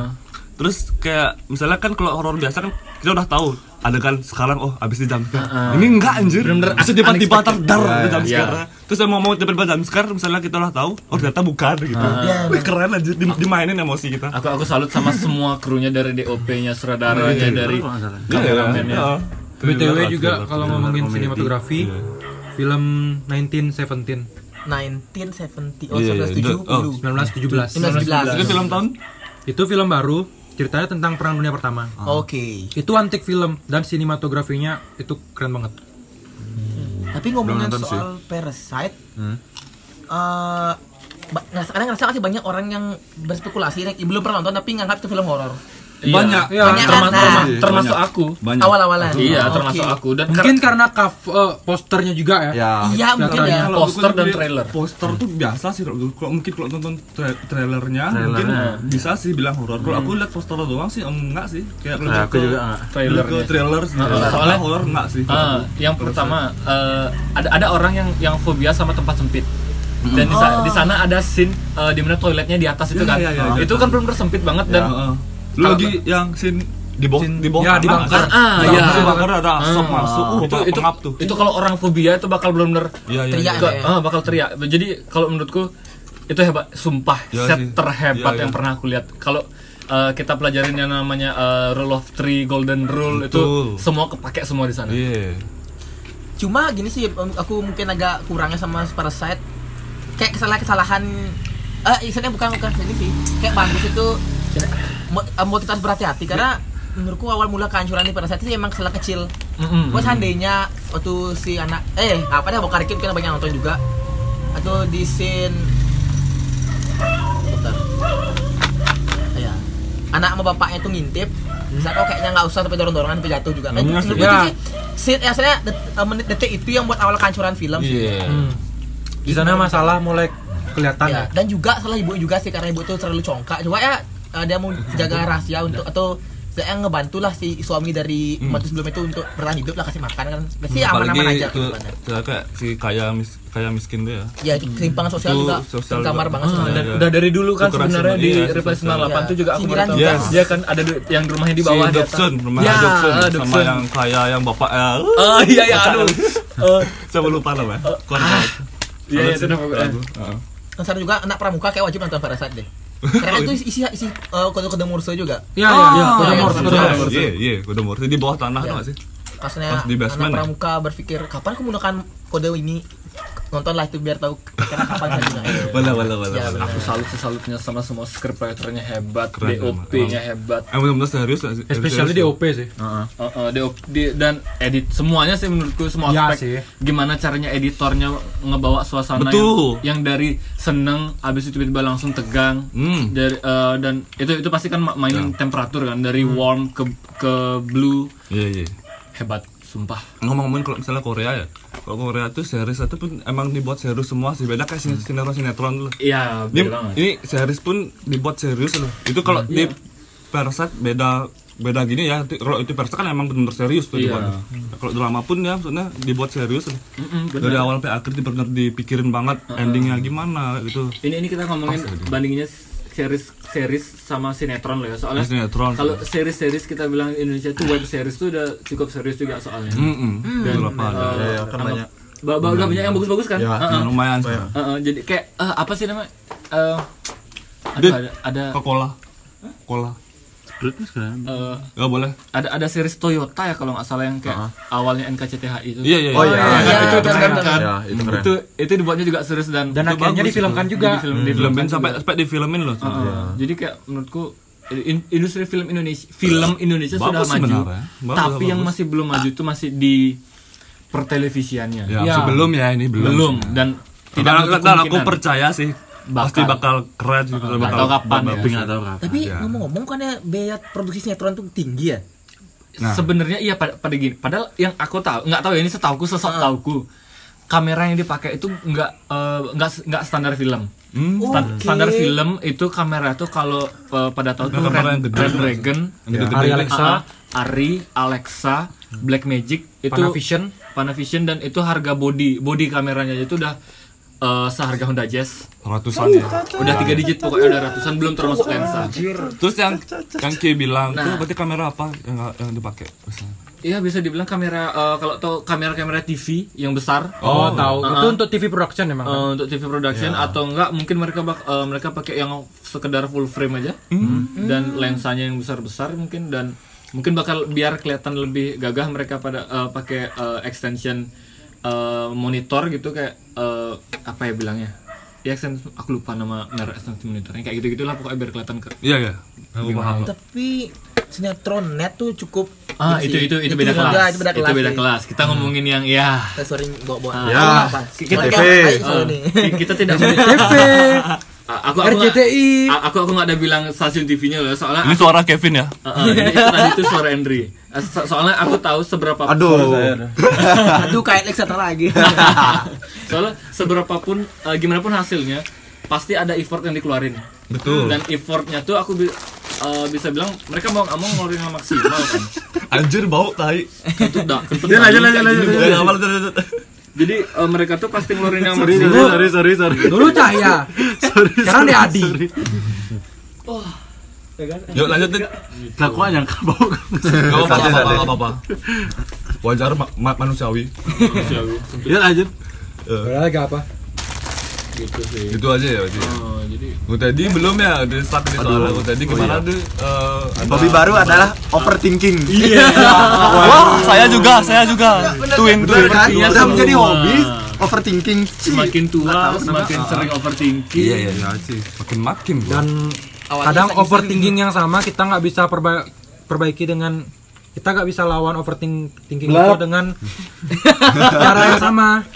Terus kayak misalnya kan kalau horor biasa kan kita udah tahu adegan sekarang oh abis di jam Ini enggak anjir.
Bener-bener
Bisa tiba-tiba
unexpected.
terdar
Iya,
di jam
iya.
sekarang. Terus yang mau mau tiba-tiba jam sekarang misalnya kita udah tahu oh ternyata bukan gitu. Wih keren anjir Dim- dimainin emosi kita.
Aku aku salut sama semua krunya dari DOP-nya, sutradaranya dari kameramennya.
Iya.
BTW juga kalau ngomongin sinematografi film 1917
1970 oh
Iya, iya,
1970
oh.
1917
Itu
1917
film tahun
itu film baru ceritanya tentang perang dunia pertama
oke
itu antik film dan sinematografinya itu keren banget
tapi ngomongin soal parasite eh, ba- ngerasa kadang ngerasa nggak sih banyak orang yang berspekulasi yang belum pernah nonton tapi nganggap itu film horor
Banyak.
Iya.
Banyak kan? Nah,
Termasuk, termasuk- termasuk aku.
banyak.
awal-awalan
Iya,
Oke.
termasuk aku dan
mungkin karena cover eh, posternya juga ya,
ya
iya mungkin ya
Kalau Poster
Kalau gua
dan
lihat
trailer.
Poster tuh biasa sih kalau gua- kalau mungkin kalau nonton tra- trailernya mungkin
nah.
bisa sih bilang horor. Kalau
Hmm.
aku lihat poster doang sih enggak sih. Kayak
Nah,
lebih
aku
ke-
juga enggak.
lebih ke
ah. trailernya.
trailer sih. Soalnya
Soalnya-
horor enggak sih.
Ah, yang pertama eh, ada ada orang yang yang fobia sama tempat sempit. Dan di, sa- di sana ada scene eh, di mana toiletnya di atas
Iya,
itu kan.
iya, iya, iya.
itu kan benar-benar sempit banget dan
Heeh. Lu
Kalau-
lagi yang sin di bawah di bawah
ya,
tanah,
di bunker.
kan?
Ah,
Di
iya.
bunker bunker ada asap masuk. Uh,
itu itu
pengap tuh.
itu kalau orang fobia itu bakal benar-benar
Iya, iya,
Teriak.
iya.
Ke- ah, bakal teriak. Jadi kalau menurutku itu hebat, sumpah
Iya
set
sih.
terhebat
Iya, iya.
yang pernah aku lihat. Kalau eh, kita pelajarin yang namanya eh, rule of three, golden rule
Betul.
itu semua kepake semua di sana.
Iya.
cuma gini sih em, aku mungkin agak kurangnya sama parasite kayak kesalahan-kesalahan eh istilahnya bukan bukan ini sih kayak bagus itu mau, eh, mau kita harus berhati-hati karena menurutku awal mula kehancuran di parasite itu emang kesalahan kecil
Mm-mm.
Buat seandainya kan waktu si anak eh apa deh Bokar Kim kita banyak nonton juga atau di scene Iya. anak sama bapaknya tuh ngintip
Hmm.
saat kok kayaknya nggak usah tapi dorong-dorongan tapi jatuh juga kan
Hmm,
menurut gue
ya.
sih sit ya saya det- eh, menit detik itu yang buat awal kancuran film sih
Iya.
Hmm. Di sana masalah mulai kelihatan
Ya,
ya.
dan juga salah ibu juga sih karena ibu tuh terlalu congkak coba ya eh, dia mau jaga rahasia untuk atau saya ngebantu lah si suami dari mantu sebelum itu untuk bertahan hidup lah kasih makan kan pasti aman-aman
Hmm. apalagi
aja
itu
gitu kan.
itu kayak si kaya mis, kaya miskin dia
ya
ya
ketimpangan sosial
Itu
juga
sosial
kamar
juga.
banget
Ah,
sebenarnya.
dan-
Udah dari dulu kan
Itu kerasa
sebenarnya di
ya,
banget, iya,
Reply
sosial.
98 tuh juga aku
Sindiran
baru tahu.
juga.
Iya
Dia kan ada du- yang rumahnya di
si
bawah di atas.
Dobson rumah
Ya,
Dobson
ah,
sama
Dobson.
yang kaya yang bapak eh,
Oh iya iya aduh. Eh,
saya lupa Ah. nama keluarga
Iya iya, itu nama gue.
Dan sekarang juga anak pramuka kayak wajib nonton Parasite deh karena itu isi isi eh, kode-kode Morse juga
Iya, iya, iya. Kode
iya,
Morse,
iya.
kode Morse.
iya iya udah murti di bawah
Iya.
tanah tuh nggak sih
maksudnya
Pas di basement,
anak
ya?
pramuka berpikir kapan aku menggunakan kode ini nontonlah itu biar tahu kira kapan saya gunain
wala wala wala
Ya,
wala
benar.
Aku salut sesalutnya sama semua scriptwriternya hebat,
Keren,
DOP-nya hebat.
eh benar-benar serius nggak sih
Especially di OP sih.
Uh, uh, DOP di- dan edit semuanya sih menurutku semua
Iya
aspek
sih.
gimana caranya editornya ngebawa suasana
Betul.
yang yang dari seneng abis itu tiba-tiba langsung tegang
Hmm.
dari uh, dan itu itu pasti kan ma-
Nah.
mainin temperatur kan dari
Hmm.
warm ke ke blue
iya iya
hebat sumpah
ngomong-ngomongin kalau misalnya Korea ya kalau Korea tuh series satu pun emang dibuat serius semua sih beda kayak sinetron sinetron loh
iya
ini, ini series pun dibuat serius loh itu kalau
Hmm.
di
Iya.
Persat beda beda gini ya Nanti kalau itu Persat kan emang benar serius tuh
Iya.
dibuat kalau drama pun ya maksudnya dibuat serius loh.
Hmm,
dari awal sampai akhir tuh benar dipikirin banget endingnya gimana gitu
ini ini kita ngomongin bandinginnya series series sama sinetron loh ya soalnya
Sinetron.
kalau series series kita bilang Indonesia tuh web series tuh udah cukup serius juga soalnya
Mm-mm.
dan
Berapa ada?
eh,
Ya, ya, kan
sama-
banyak.
ba- ba- udah banyak yang bagus-bagus kan
Ya,
Heeh.
Nah, lumayan sih
Heeh, jadi kayak eh, apa sih namanya Eh, aduh,
Dit.
ada ada
Coca-Cola Cola
Terus kan.
eh,
Gak boleh
ada ada series Toyota ya kalau nggak salah yang kayak awalnya NKCTH itu
Iya iya
Oh iya,
ya,
iya,
itu keren kan
ya, itu keren.
itu itu dibuatnya juga serius dan
Dan akhirnya difilmkan juga.
di film
Di
di film
filmin Hmm. sampai sampai difilmin loh
Heeh, jadi kayak menurutku eh, in- industri film Indonesia film Indonesia
Bagus
sudah maju
sebenarnya. Bagus,
tapi yang
bagus.
masih belum maju itu masih di pertelevisiannya
Ya,
Iya.
sebelum ya ini belum.
belum dan
Tidak
tidak menutup
dan aku
kemungkinan.
percaya sih pasti bakal keren sih bakal
Nggak tahu kapan ya.
bakal-
Tapi nggak tahu kapan.
tapi
Iya.
ngomong-ngomong kan ya biaya produksi sinetron tuh tinggi ya
nah.
sebenarnya iya pada, pada gini padahal yang aku tahu nggak tahu ya ini setauku sesok tauku kamera yang dipakai itu nggak eh, nggak nggak standar film Stan-
Oke.
standar film itu kamera tuh kalau eh, pada tahun itu
Nah, kamera yang
Red,
gede. Iya.
Red Dragon
Yang gede-gede.
Ari Alexa,
AA, Ari Alexa Black Magic itu
Panavision.
Panavision dan itu harga body body kameranya itu udah eh, seharga Honda Jazz
ratusan ya.
udah tiga digit pokoknya udah ratusan belum termasuk lensa
Terus yang yang Ki bilang
Nah.
itu berarti kamera apa yang nggak- yang dipakai? Misalnya.
Iya bisa dibilang kamera eh, kalau tau kamera-kamera TV yang besar
Oh, tahu. Itu untuk TV production emang. kan?
Eh, untuk TV production
Ya.
atau enggak mungkin mereka bak- eh, mereka pakai yang sekedar full frame aja
Hmm.
dan lensanya yang besar besar mungkin dan mungkin bakal biar kelihatan lebih gagah mereka pada eh, pakai eh, extension eh, monitor gitu kayak eh, apa ya bilangnya ya extension aku lupa nama merek extension monitornya kayak gitu gitulah pokoknya biar kelihatan ke
Iya ya. Aku paham.
tapi sinetron net tuh cukup
ah
ini
itu
sih.
itu itu beda
juga,
kelas
iya. itu beda kelas, iya. Hmm. sih.
kita ngomongin yang ya
Kita sering bawa-bawa.
Ya,
kita
TV.
Ki- kita tidak
TV,
A- aku aku nggak-
RCTI.
a- aku aku nggak ada bilang stasiun TV-nya loh soalnya
Iya,
Ini suara Kevin ya.
Uh, uh, ini- itu tadi itu suara Henry. Uh, so- soalnya aku tahu seberapa
Aduh.
Aduh kayak Lex satu lagi.
soalnya seberapapun uh, gimana pun hasilnya pasti ada effort yang dikeluarin. Betul. Dan effortnya tuh aku bi- uh, bisa bilang mereka mau nggak mau ngeluarin yang maksimal kan.
Anjir bau tai.
Kentut dah, kentut dah.
Jalan, jalan, jalan, jalan.
Dari awal dari
Jadi uh, mereka tuh pasti ngeluarin yang maksimal.
Sorry, sorry, sorry.
Dulu Cahya. Sekarang di Adi.
Yuk lanjut Dit.
Nah, aku nggak nyangka bau.
Gak apa-apa, gak apa-apa, gak apa-apa. Wajar ma- ma- manusiawi.
Ya lanjut.
Padahal gak apa.
gitu sih.
Itu aja ya berarti.
Uh, jadi
Gue tadi belum ya, di start di soal gue tadi gimana tuh? eh, ada-
Hobi baru adalah overthinking.
Wah, saya juga, saya juga. Twin,
Betul
twin.
kan?
Iya,
Udah
semua.
menjadi hobi overthinking. Cih.
semakin tua semakin sering overthinking.
Iya, iya, iya, sih. Makin makin. gua.
Dan kadang overthinking yang sama kita nggak bisa perba- perbaiki dengan kita nggak bisa lawan overthinking itu dengan cara yang sama.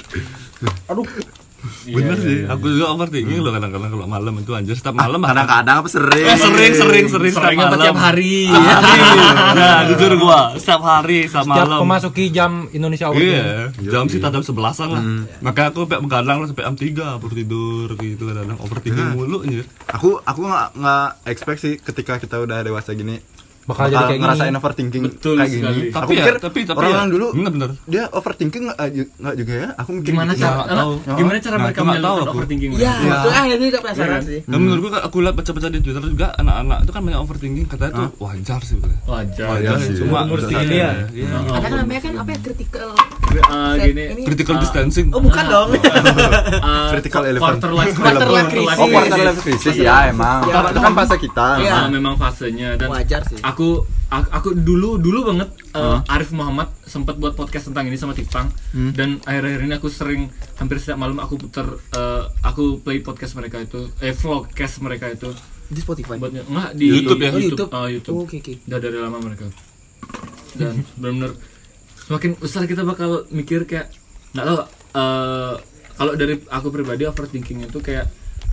Iya,
Bener sih, aku juga overthinking loh kadang-kadang kalau malam itu anjir setiap malam
Kadang-kadang apa sering?
Eh, sering sering sering setiap
Seringnya
malam.
tiap hari.
Setiap hari. Nah, jujur gua, setiap hari setiap
Setiap
malam.
memasuki jam Indonesia Hour
Iya, Hmm. jam sih jam sebelasan lah. Makanya aku sampai begadang lah sampai jam 3 baru tidur gitu kadang-kadang overthinking mulu anjir.
Aku aku nggak nggak expect sih ketika kita udah dewasa gini
Bakal jadi kayak gini.
ngerasain overthinking
Betul
kayak
sekali.
gini.
Tapi
aku
ya,
pikir
tapi tapi
orang
ya.
orang dulu
Bener bener.
dia overthinking nggak nggak juga ya? Aku mikir
Gimana
gitu.
cara? eh,
nggak tahu. Nah,
Gimana cara mereka
itu nggak tahu
menyalurkan
aku.
overthinking?
Iya,
mereka?
itu ah itu juga penasaran
Iya kan?
sih.
Dan menurut gua aku lihat baca-baca di Twitter juga anak-anak itu kan banyak overthinking katanya tuh wajar sih bener.
Wajar.
Wajar Oh, iya sih. Cuma
Umur
segini ya. Iya.
Ada
Kan namanya kan apa ya critical
Eh, gini.
ini
Critical distancing.
Oh, bukan dong.
eh,
Critical elephant.
Quarter life
Quarter life crisis.
Oh, quarter life crisis ya emang.
Iya,
Itu kan fase kita.
Iya.
Nah, memang fasenya dan
Wajar sih.
aku aku, aku dulu dulu banget uh, Arif Muhammad sempat buat podcast tentang ini sama Tipang
Hmm.
dan akhir-akhir ini aku sering hampir setiap malam aku putar uh, aku play podcast mereka itu eh vlogcast mereka itu
Di Spotify.
buatnya nggak di
YouTube ya?
Oh, YouTube.
uh, YouTube.
Oh, Oke oke.
udah dari lama mereka dan benar-benar semakin besar kita bakal mikir kayak nggak tahu eh, kalau dari aku pribadi overthinkingnya tuh kayak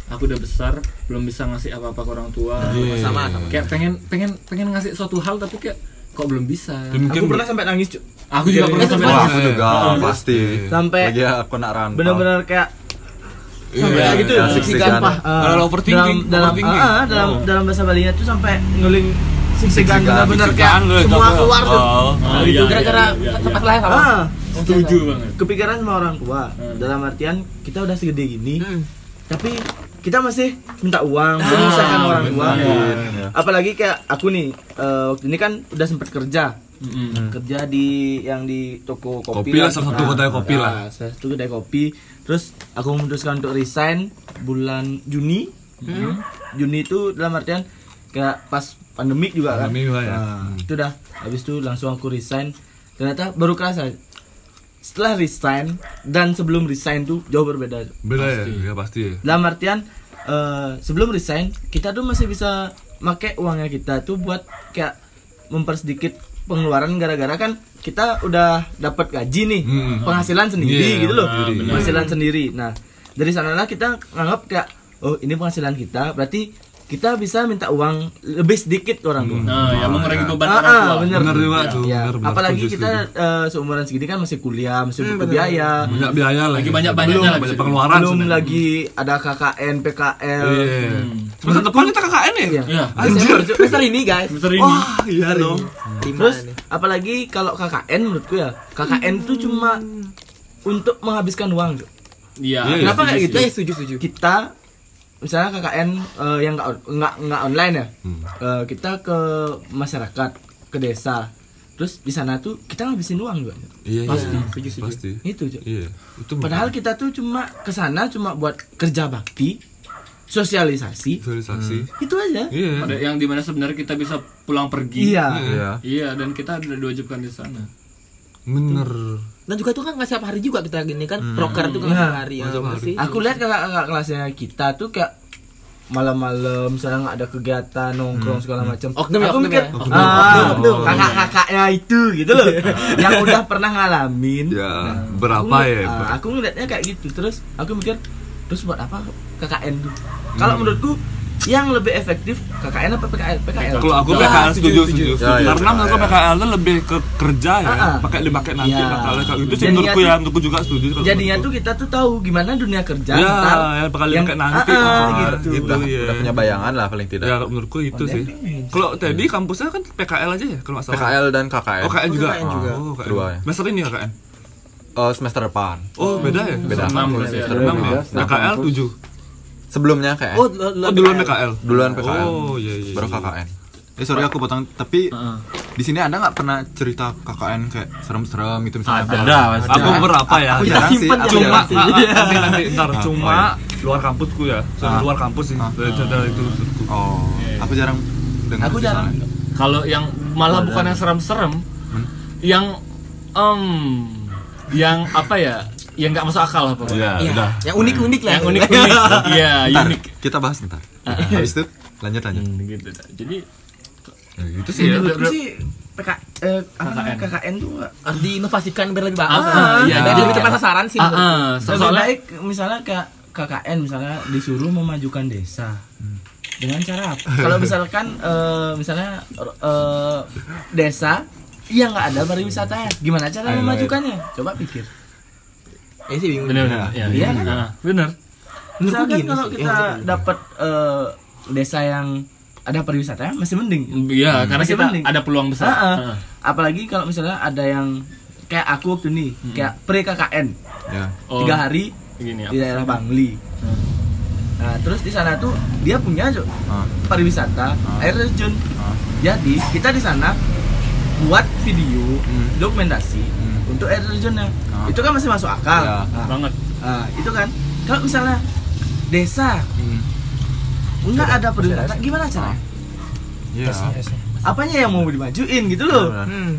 aku udah besar belum bisa ngasih apa-apa ke orang tua
Sama.
kayak pengen pengen pengen ngasih suatu hal tapi kayak kok belum bisa
Aku pernah sampai nangis, Cuk.
aku juga pernah sampai
Wah,
nangis.
aku juga pasti.
Sampai-
lagi aku nak rantau.
Bener-bener kayak sampai
Iya,
gitu
ya,
iya,
siksikan
siksikan.
pah
Kalau overthinking,
dalam dalam,
overthinking.
ah, ah, dalam dalam bahasa Balinya tuh sampai nguling
Siksikan,
siksikan bener-bener kayak
Siksikan, lu ya,
semua
tau.
keluar tuh
Oh, iya,
Itu
iya,
gara-gara
iya, iya.
tempat lah sama.
Ah,
setuju banget
kepikiran sama orang
Ah.
tua dalam artian kita udah segede gini tapi kita masih minta uang menyusahkan orang tua apalagi kayak aku nih eh, waktu ini kan udah sempet kerja kerja di yang di toko kopi,
Kopi lah, salah satu kedai kopi lah.
nah, salah satu kedai kopi terus aku memutuskan untuk resign bulan Juni Juni itu dalam artian kayak pas pandemik juga kan
Pandemi lah ya.
Nah, itu dah habis itu langsung aku resign ternyata baru kerasa setelah resign dan sebelum resign tuh jauh berbeda
Beda ya, ya pasti.
dalam artian eh, sebelum resign kita tuh masih bisa make uangnya kita tuh buat kayak mempersedikit pengeluaran gara-gara kan kita udah dapat gaji nih penghasilan sendiri
Hmm, Iya,
gitu loh
benar.
penghasilan sendiri nah dari sanalah kita nganggap kayak oh ini penghasilan kita berarti kita bisa minta uang lebih sedikit ke orang
Hmm.
tua
nah ya mengurangi beban
Ah,
orang
ah,
tua
bener.
Bener juga tuh,
Iya.
bener, bener.
apalagi
Setuju, Iya,
kita eh, seumuran segini kan masih kuliah masih butuh biaya
Banyak biaya lah.
Lagi
ya.
banyak-banyaknya
Belum,
lah
banyak
bisa
pengeluaran.
belum
sebenarnya.
lagi ada KKN PKL
Iya. Semester depan kita KKN ya?
Iya.
ya
Anjir.
Semester ini, guys.
besar ini
Wah, iya dong.
Terus apalagi kalau KKN menurutku ya, KKN tuh cuma untuk menghabiskan uang.
iya
Iya,
Kenapa kayak gitu?
Itu ya setuju setuju.
Kita misalnya KKN eh, yang nggak on- nggak nggak online ya,
Hmm.
Eh, kita ke masyarakat, ke desa. Terus di sana tuh kita ngabisin uang juga.
Iya,
Pasti,
iya. Pasti.
Itu. Cuk.
Iya. Itu
Padahal kita tuh cuma ke sana cuma buat kerja bakti, sosialisasi,
visualisasi.
itu aja.
Iya.
Ada yang dimana sebenarnya kita bisa pulang pergi
Iya.
Iya.
iya dan kita ada diwajibkan di sana
Bener.
Dan juga tuh kan nggak setiap hari juga kita gini kan. Proker tuh kan nggak setiap hari. ya. Pasti.
aku lihat kakak-kakak kelasnya kita tuh kayak malam-malam misalnya nggak ada kegiatan nongkrong segala macam.
Oknum ya,
aku
oknum
mikir
ya.
ah kakak-kakaknya itu gitu loh yang udah pernah ngalamin.
Ya,
Aku-
berapa ya?
ah,
Pak?
aku ngeliatnya kayak gitu terus aku mikir terus buat apa KKN tuh?
Hmm.
Kalau menurutku yang lebih efektif KKN apa PKL? PKL.
Kalau aku
Ya,
PKL setuju, setuju,
Ya, ya,
Karena menurutku
ya.
PKL itu lebih ke kerja ya,
Ah, ah.
pakai dipakai nanti
Iya.
PKL kayak gitu sih
Jadinya
menurutku ya,
tuh-
menurutku juga setuju. kalau
Jadinya tuh
menurutku.
kita tuh tahu gimana dunia kerja
ya,
ntar
yang bakal dipakai nanti,
ah, ah,
ah,
gitu.
gitu ya.
Udah punya bayangan lah paling tidak.
Ya menurutku itu sih. Kalau Teddy kampusnya kan PKL aja ya kalau nggak salah.
PKL dan KKN.
Oh KKN juga.
KKN juga.
Oh, KKN.
Kedua ya.
Semester ini ya KKN.
Eh, semester depan.
Oh
Hmm.
beda ya.
Beda.
enam berarti ya.
Semester
Enam ya.
enam ya.
PKL tujuh.
Sebelumnya kayak
Oh, duluan
Oh duluan PKL.
duluan PKN.
Oh iya iya.
Baru
iya.
KKN. Eh sorry aku potong, tapi di sini Anda nggak pernah cerita KKN kayak serem-serem gitu misalnya?
Ada, pasti.
Aku berapa ya?
Aku jarang sih,
simpen
aku
ya,
cuma
jarang
nanti.
sih.
ah, ah, nanti nanti ntar cuma
oh,
luar kampusku ya. Soalnya
Ah.
luar kampus sih. Dari dari itu. menurutku.
Oh, aku jarang dengar
Aku
sih
jarang.
soalnya.
Kalau yang malah bukan yang serem-serem, yang em yang apa ya? Yang nggak masuk akal lah pokoknya.
Iya.
Ya udah.
Yang unik-unik lah.
Yang unik-unik. Iya,
Ntar,
unik.
kita bahas ntar. Habis itu lanjut lanjut.
Hmm, gitu dah. Jadi iya,
Itu sih ya.
Menurutku sih PK, eh, apa namanya, KKN tuh nggak-
Harus diinovasikan biar lebih bagus.
Ah,
Ah,
iya.
Dan lebih tepat sasaran sih.
ah,
menurut
ah, so-
lebih
soalnya
baik misalnya kayak KKN misalnya disuruh memajukan desa dengan cara apa? Kalau misalkan eh, misalnya eh, desa yang nggak ada pariwisatanya, gimana cara memajukannya? Coba pikir.
Ya sih bingung.
Benar-benar.
Iya kan?
Benar.
Misalkan
gini
kalau
sih,
kita dapat eh, desa yang ada pariwisatanya masih mending.
Iya, karena
Masih
kita
mending.
ada peluang besar.
Heeh.
Heeh.
Apalagi kalau misalnya ada yang kayak aku waktu ini, kayak pre KKN
ya
Oh,
tiga hari
Gini apa?
di daerah Bangli. Nah, terus di sana tuh dia punya Jo,
Ah.
pariwisata air terjun.
Ah.
Jadi kita di sana buat video
Mm.
Hmm.
dokumentasi
Hmm.
untuk air terjunnya.
Ah.
Itu kan masih masuk akal.
Ya.
Nah,
Iya, Banget.
nah, itu kan kalau misalnya desa
Hmm.
nggak ada pariwisata, gimana caranya?
Iya.
Apanya yang mau dimajuin gitu loh?
Benar.
Hmm.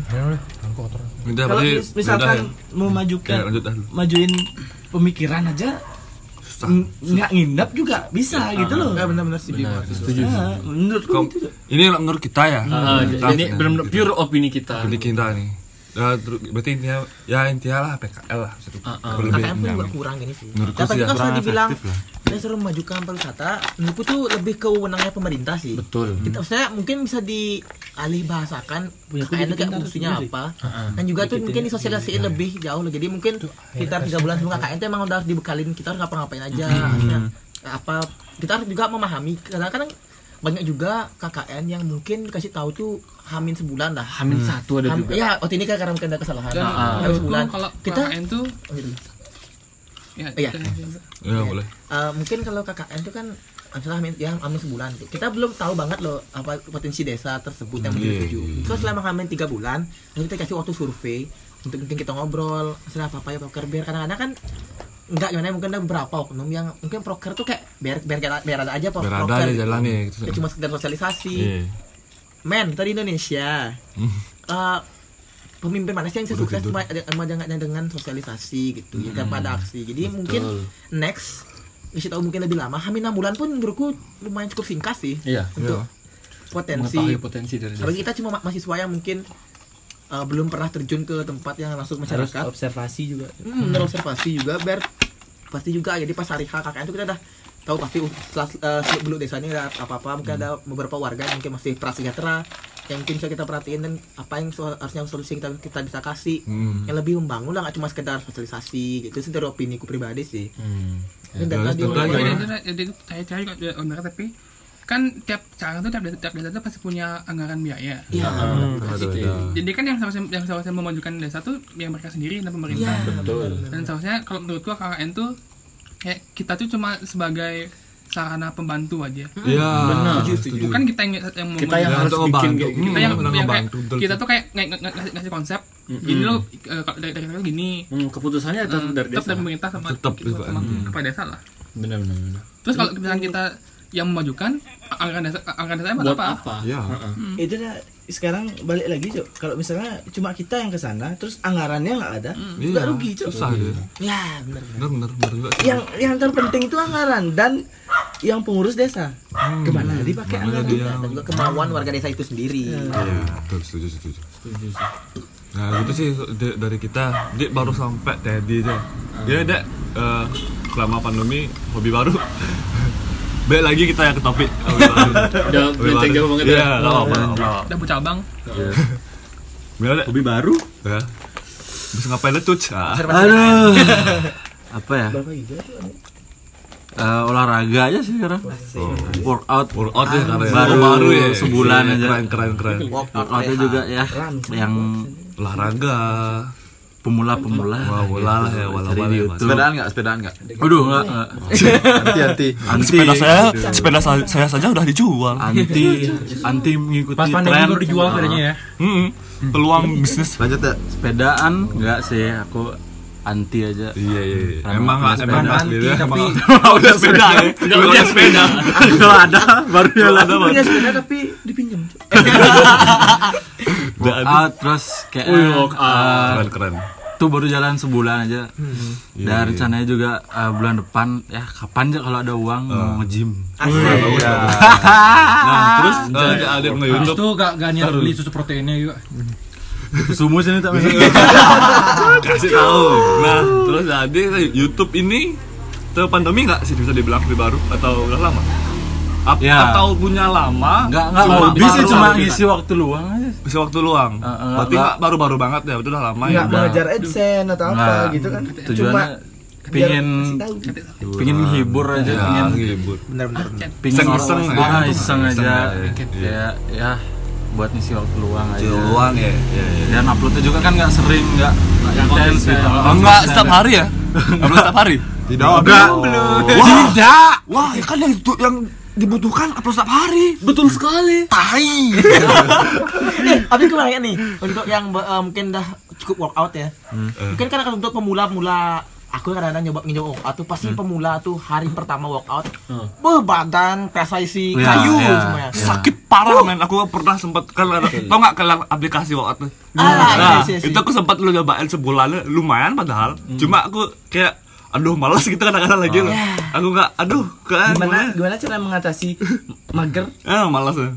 Udah
Kalau
berarti
mis- misalkan mau majukan,
Ya, lanjut dah dulu.
majuin pemikiran aja n- nggak ngindap juga bisa gitu loh.
Ya benar-benar sih bingung.
Nah, menurutku
Kom-
gitu. Jo.
Oh, ini menurut kita ya.
Heeh,
Kita-
Jadi benar-benar ah, pure opini kita.
Jadi kita nih. Ya, ter- berarti intinya ya intinya lah PKL lah bisa
Ah, ah.
lebih
KKN pun juga
nyaman.
kurang gini sih.
Menurutku
Tapi
sih ya,
kalau sudah
kurang
dibilang
efektif lah.
kita suruh memajukan pariwisata, menurutku tuh lebih ke wewenangnya pemerintah sih.
Betul.
Kita maksudnya mungkin bisa dialih bahasakan punya KKN itu kayak fungsinya apa. Dan juga tuh mungkin disosialisasiin lebih jauh loh. Jadi mungkin sekitar 3 bulan sebelum KKN itu emang udah harus dibekalin kita harus ngapa-ngapain aja. maksudnya apa kita harus juga memahami karena kadang banyak juga KKN yang mungkin dikasih tahu tuh hamin sebulan lah.
Hamin satu ada
Ham-
juga.
ya, waktu ini kan karena mungkin ada kesalahan.
Nah,
Dan
ah.
Hamin
Nah, menurutku
sebulan.
kalau
kita gitu.
KKN tuh ya,
Iya.
kita-
Ya, boleh.
Eh, mungkin kalau KKN itu kan misalnya amin, ya amin sebulan tuh. kita belum tahu banget loh apa potensi desa tersebut yang mau dituju terus selama amin tiga bulan lalu kita kasih waktu survei untuk mungkin kita ngobrol setelah apa apa ya proker biar kadang-kadang kan enggak gimana ya, mungkin ada beberapa oknum yang mungkin proker tuh kayak biar biar jalan- biar ada aja pro-
Berada
proker
aja
gitu.
jalan ya gitu.
Ya, cuma sekedar sosialisasi
Iya.
men kita di Indonesia
Hmm.
eh, pemimpin mana sih yang bisa sukses cuma ada- cuma dengan, dengan sosialisasi gitu ya
Hmm.
daripada aksi jadi mungkin next bisa tahu mungkin lebih lama hamin 6 bulan pun menurutku lumayan cukup singkat sih
Iya.
untuk potensi
Mengetahui potensi dari
apalagi kita cuma ma- mahasiswa yang mungkin eh, belum pernah terjun ke tempat yang langsung
Harus
masyarakat
observasi juga.
hmm, bener observasi juga biar pasti juga jadi pas hari H KKN itu kita udah tahu pasti uh, setelah uh, seluk beluk desa ini ada apa apa mungkin ada beberapa warga yang mungkin masih prasejahtera yang mungkin bisa kita perhatiin dan apa yang so- harusnya solusi kita kita bisa kasih yang lebih membangun lah nggak cuma sekedar sosialisasi gitu itu dari opini ku pribadi sih Dan dari tadi
Iya,
tentu aja. ya.
ngomongin-
Jadi- jadi- jadi saya cari juga di owner tapi kan tiap cara tuh tiap desa, tiap desa tuh pasti punya anggaran biaya.
Iya,
Jadi kan yang seharusnya yang seharusnya memajukan desa tuh yang mereka sendiri dan
iya,
pemerintah.
betul.
Dan seharusnya kalau menurutku KKN tuh kayak kita tuh cuma sebagai sarana pembantu aja.
Iya.
Benar.
Bukan kita yang yang mau
Kita yang
Jangan
harus
untuk
bikin
ngebantu.
kayak gitu.
kita yang,
Hmm,
yang kayak,
ngebantu, betul.
kita tuh kayak nge- nge- ngasih, ngasih konsep gini loh eh, kalau dari dari dari gini
Hmm, keputusannya tetap
eh,
dari
tetap
desa.
dari pemerintah sama
Tetap,
sama- sama kepala desa lah
Benar benar benar.
terus kalau misalkan kita yang memajukan anggaran desa anggaran desa buat,
Buat
apa,
apa?
Iya.
Hmm. Itu dah sekarang balik lagi Cok. Kalau misalnya cuma kita yang ke sana terus anggarannya nggak ada, juga
Iya.
rugi Cok.
Susah deh.
Hmm. Ya, bener.
Bener bener bener juga. sih.
Yang yang terpenting itu anggaran dan yang pengurus desa. Hmm. Kemana dipakai
Mana
anggaran?
dia?
Dan juga kemauan warga desa itu sendiri.
Iya, betul setuju setuju. Nah, gitu sih de- dari kita. Dek baru sampai tadi aja. Dia Dek eh, selama pandemi hobi baru. Baik lagi kita ya ke topik. Hobi baru.
Udah
Hobi
melenceng
baru.
jauh banget
Iya,
ya.
nggak apa-apa. nggak apa-apa.
udah buat cabang
Gimana, Dek?
Hobi baru?
Ya. Bisa ngapain lu, Cuc? Ah.
Aduh. Apa ya?
Berapa giga tuh?
Eh, olahraga aja sih sekarang workout
Workout ya karena ya.
Baru-
Oh, baru ya.
sebulan
Iya,
aja.
Keren keren keren.
workoutnya juga ya yang
Olahraga.
pemula-pemula
Wah, bola lah ya, bola bola.
Cari di
ya,
YouTube.
Mas.
Sepedaan nggak? Sepedaan nggak?
Aduh enggak enggak.
Eh,
anti
Hati-hati.
Gitu.
Sepeda saya, sepeda sa- saya saja udah dijual.
anti anti mengikuti
Iya, Pas pandemi
tren
baru
Ah,
dijual sepedanya ya.
Mm-mm. Peluang bisnis.
Lanjut ya.
sepedaan enggak sih aku anti aja
Iya iya. iya.
Rambut
Emang
pas
emang
sepeda.
pas gitu ya. Emang
udah sepeda ya udah sepeda kalau ada baru ya lah
Punya sepeda tapi dipinjam. Cok. Ah,
workout Ah, terus kayak
Oh, iya,
eh,
keren keren.
itu baru jalan sebulan aja
Hmm.
dan
Iya, iya.
rencananya juga eh, bulan depan ya kapan aja kalau ada uang
Ah.
mau nge-gym
Nah terus eh, ada ada yang nge
Habis
YouTube.
itu gak gak niat beli susu proteinnya juga.
sumu sini tak bisa
Kasih tahu. Nah terus ada YouTube ini
pandemi nggak sih bisa dibilang film baru atau udah lama? Ap-
Ya.
Atau punya lama?
Enggak, enggak
Cuma
lebih sih
baru-
cuma ngisi waktu luang aja.
Bisa waktu luang.
Eh, eh,
Berarti
nggak-
nggak baru-baru banget ya, udah lama ya.
nggak mengejar adsense atau apa
Nggak,
gitu kan
Nah, Tujuannya pingin
biar kasih
pingin menghibur aja,
Ya,
pingin
ngibur.
benar-benar
pingin
Iya, gitu. Iseng-iseng
orang-
ya.
Ah, iseng
Iseng
aja.
aja, iya.
Ya, ya buat ngisi waktu luang aja.
Luang ya. Iya, iya.
Dan uploadnya juga kan nggak sering, nggak nggak intens gitu.
Enggak setiap hari ya? Upload setiap hari?
Tidak ada.
Tidak.
Wah, ya kan yang itu- yang dibutuhkan upload setiap hari.
Betul sekali.
Eh, tapi gue nanya nih untuk yang eh, mungkin dah cukup workout ya
Hmm.
mungkin kan akan untuk pemula-pemula aku kadang-kadang nyoba nyoba workout tuh
Hmm.
pasti pemula tuh hari pertama workout Wah, badan kerasa isi
Ya,
kayu
ya,
semuanya
ya.
Sakit parah men, aku pernah sempet kan ada- tau gak kalian aplikasi waktu itu?
Ah,
Nah,
iya, iya, iya.
itu aku sempat lu nyobain sebulan lumayan padahal. Cuma aku kayak aduh malas gitu kadang-kadang lagi loh.
Iya.
Aku nggak aduh kan
gimana
gimana?
gimana cara mengatasi mager
Ah, malas. ya.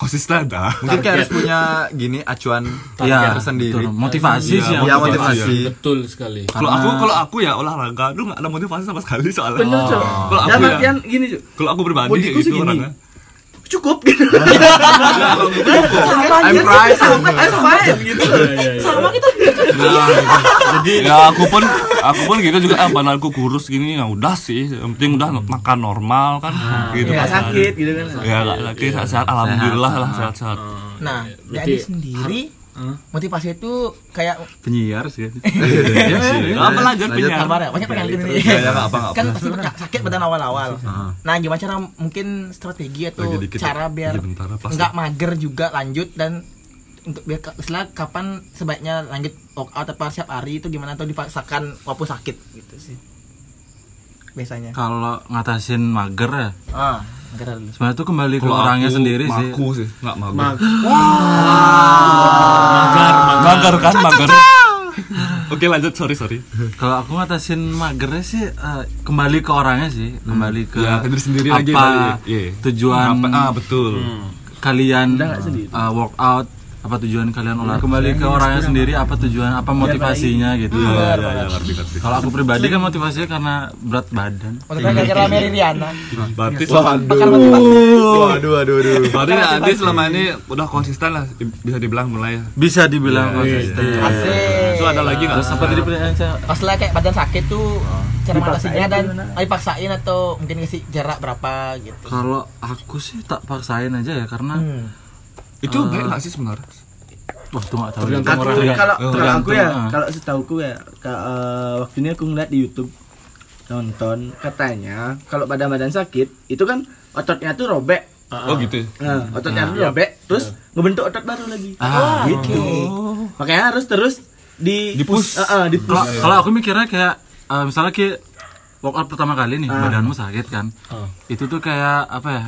Konsisten dah.
Mungkin kayak harus punya gini acuan
Iya,
tersendiri.
betul. Iya, Motivasi sih.
Ya motivasi.
Betul sekali.
Kalau aku kalau aku ya olahraga, aduh nggak ada motivasi sama sekali soalnya.
bener cok
Kalau
dalam
aku ya,
artian gini cok
kalau aku pribadi kayak
bodiku
gitu
segini.
orangnya.
cukup gitu
I'm price.
I'm fine gitu
ya aku pun aku pun gitu juga ah, badanku kurus gini ya udah sih yang penting udah makan normal kan
Ah. Iya,
gitu
nggak
pas hari.
sakit gitu kan
ya nggak lagi sehat-sehat alhamdulillah lah sehat-sehat
nah
berarti
jadi sendiri motivasi itu kayak
Penyiar
Iya
sih. Iya,
apa lanjut punya
sabar ya
Iya,
banyak pengen gini kan pasti sakit badan awal-awal nah gimana cara mungkin strategi atau
iya. Lagi dikit ya.
cara biar
Iya, bentar, pas.
nggak mager juga lanjut dan untuk biar ke- istilah kapan sebaiknya lanjut workout apa setiap hari itu gimana atau dipaksakan walaupun sakit gitu sih biasanya
Kalau ngatasin mager ya,
ah mager dulu
sebenarnya tuh kembali ke orangnya sendiri sih.
Aku sih nggak mau.
mager kan mager oke lanjut sorry sorry
Kalau aku ngatasin magernya sih eh, kembali ke orangnya sih, kembali ke
Ya, ke diri sendiri
apa
lagi kali ya. Iya.
tujuan Hmm.
Apa? Ah betul.
kalian eh, workout apa tujuan kalian olahraga kembali ke orangnya sendiri apa tujuan apa motivasinya gitu
Hmm.
Iya iya iya, ngerti ngerti.
kalau aku pribadi kan motivasinya karena berat badan
Iya,
Maksudnya kayak kira Mary Riana
Berarti
Waduh. Waduh, waduh, waduh.
berarti ya, Andi selama ini udah konsisten lah bisa dibilang mulai ya.
bisa dibilang konsisten
Iya,
Asik
So ada lagi nggak?
terus apa
Iya,
tadi pertanyaan saya
Masalah kayak badan sakit tuh cara mengatasinya dan oh, dipaksain atau mungkin kasih jarak berapa gitu
kalau aku sih tak paksain aja ya karena
Itu
Ah.
baik nggak sih sebenarnya?
waktu nggak tahu
Tergantung
juga.
aku
Tergantung.
kalau kalau aku ya
ah.
kalau setauku ya ka- eh, waktu ini aku ngeliat di YouTube nonton katanya kalau badan badan sakit itu kan ototnya tuh robek
Ah,
Oh gitu. ya?
Nah,
Hmm.
ototnya tuh robek terus ngebentuk otot baru lagi
iya. Ah.
gitu makanya harus terus di Eh,
Dipus.
eh, dipus.
Kalau kalau aku mikirnya kayak eh, misalnya ki workout pertama kali nih
Ah.
badanmu sakit kan. Itu tuh kayak apa ya?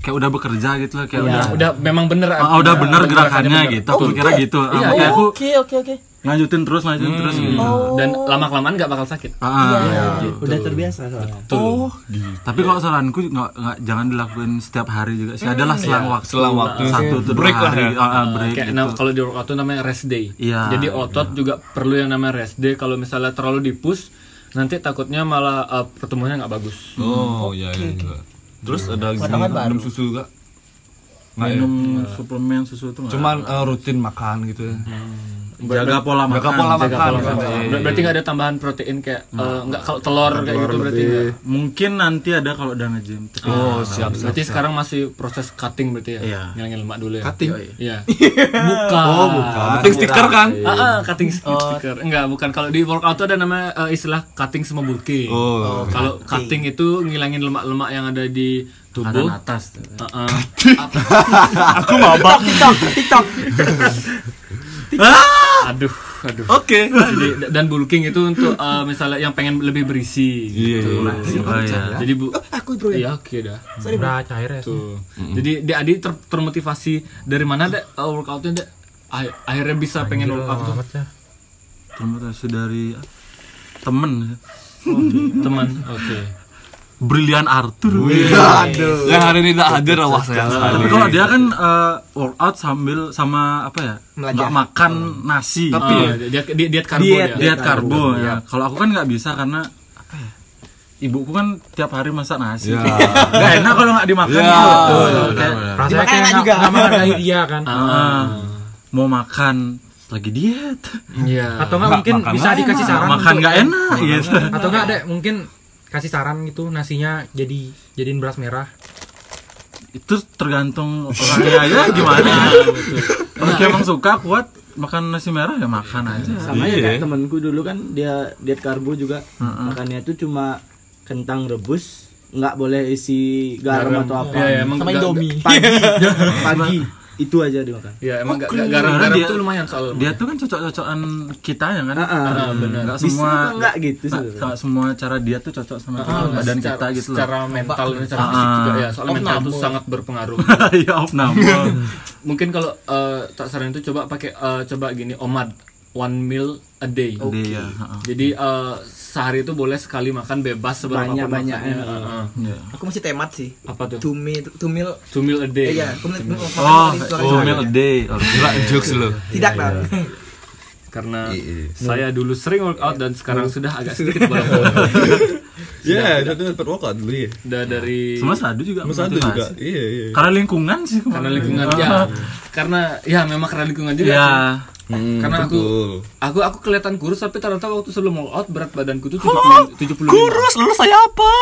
Kayak udah bekerja gitu loh,
Iya.
kayak udah
Udah memang bener
ah, udah bener gerakannya gitu.
Oh,
Aku kira gitu. Ah,
Iya.
makanya aku
oke oke oke
lanjutin terus, lanjutin terus gitu.
Dan lama-kelamaan nggak bakal sakit.
Ah, ah, gitu.
Iya, udah terbiasa soalnya
Tapi kalau saranku nggak nggak jangan dilakuin setiap hari juga sih. Adalah selang waktu,
Selang waktu.
satu atau dua
Break lah
hari.
ya.
Ah, ah, break
Kayak
gitu.
nah, kalau di workout itu namanya rest day.
Iya.
Jadi oh, otot juga perlu yang namanya rest day. Kalau misalnya terlalu dipus, nanti takutnya malah eh, pertumbuhannya nggak bagus.
Oh iya iya. iya. Terus ada gizi
Potongan baru.
minum susu nggak? Nggak ya?
minum suplemen susu itu nggak.
Cuman eh, rutin makan gitu ya.
jaga pola Hmm. makan.
Jaga pola makan.
Iya,
gitu. Iya,
Kalau misalnya- Ber- berarti nggak ada tambahan protein kayak
Nah.
eh, nggak kalau telur kayak gitu berarti. nggak.
Mungkin nanti ada kalau udah nge-gym. Tapi-
Oh siap siap.
Berarti sekarang masih proses cutting berarti ya?
Iya.
Ngilangin lemak dulu ya?
Cutting?
Iya. Bukan. Oh, bukan.
Penting stiker kan? Oh.
Ah,
Iya.
ah, cutting stiker. Enggak, bukan. Kalau di workout itu ada namanya eh, istilah cutting sama bulking.
Oh.
Kalau cutting itu ngilangin lemak-lemak yang ada di
Kanan
tubuh.
atas. tuh.
Ah, ah.
TikTok TikTok
Ah!
Aduh, aduh. Oke. Dan bulking itu untuk eh, misalnya yang pengen lebih berisi gitu.
Oh, iya.
Jadi bu, aku bro ya. Iya, oke dah.
Udah cair ya.
Tuh. Jadi dia Adi ter- termotivasi dari mana dek uh, workoutnya dek? Ah, akhirnya bisa pengen workout tuh
Selamat ya.
Termotivasi dari
ya.
temen
Oh, iya. teman. Oke.
brilian Arthur
Iya. yang hari ini tidak hadir wah sayang sekali
tapi kalau dia kan eh, workout sambil sama apa ya nggak makan nasi
Tapi Hmm. dia, dia Ah. diet karbo
diet
dia.
diet karbo ya kalau aku kan nggak bisa karena apa ya
ibuku kan tiap hari masak nasi nggak enak kalau nggak dimakan gitu. Betul. Kayak,
Rasanya kayak
enak
nggak
juga.
nggak menghargai dia kan.
ah, mau makan lagi diet
Iya.
Atau nggak mungkin bisa dikasih saran
makan
untuk- ya.
nggak enak gitu
Atau nggak dek mungkin kasih saran gitu nasinya jadi jadiin beras merah.
itu tergantung orangnya ya gimana
Iya.
orang yang emang suka kuat makan nasi merah ya makan
Iya.
aja
sama ya kayak temanku dulu kan dia diet karbo juga makannya tuh cuma kentang rebus nggak boleh isi garam, atau apa
Iya, iya, emang
sama
ga-
Indomie.
pagi pagi itu aja dimakan
Iya, emang
Oh,
ga- ga- garam-garam
Dia-
tuh lumayan soal.
dia tuh kan cocok-cocokan kita ya kan
Ah, ah.
Hmm,
benar.
nggak
bisa
semua
apa enggak gitu
nggak-
sebenarnya
nggak semua cara dia tuh cocok sama badan
Nah, secara,
kita gitu loh
secara mental dan secara
Ah,
fisik
ah.
juga ya soalnya mental itu sangat berpengaruh
ya off number
mungkin kalau eh, tak saran itu coba pakai eh, coba gini omad one meal a day
dia heeh.
jadi eh, sehari itu boleh sekali makan bebas seberapa pun
Banyak-banyak,
makannya.
ya.
Heeh.
Iya.
Aku masih temat sih.
apa tuh
Tumil, tumil.
two meal a day
Iya, tumil. tumil- makan
oh
sekali, sekali
oh
sehari.
meal a day Oke.
Gila jokes lo.
Tidak lah.
karena
Iya.
saya dulu sering workout dan sekarang sudah agak sedikit bolak-balik
Iya, itu dapat workout dulu ya.
udah dari
semua sadu juga
Mas Ando juga.
motivasi.
Iya, iya.
karena lingkungan sih kemarin. Ah,
karena lingkungan ya karena ya memang karena lingkungan juga
ya
sih. Karena aku-
betul.
Aku aku kelihatan kurus tapi ternyata waktu sebelum all out berat badanku tuh 70, 75. Kurus lu saya apa?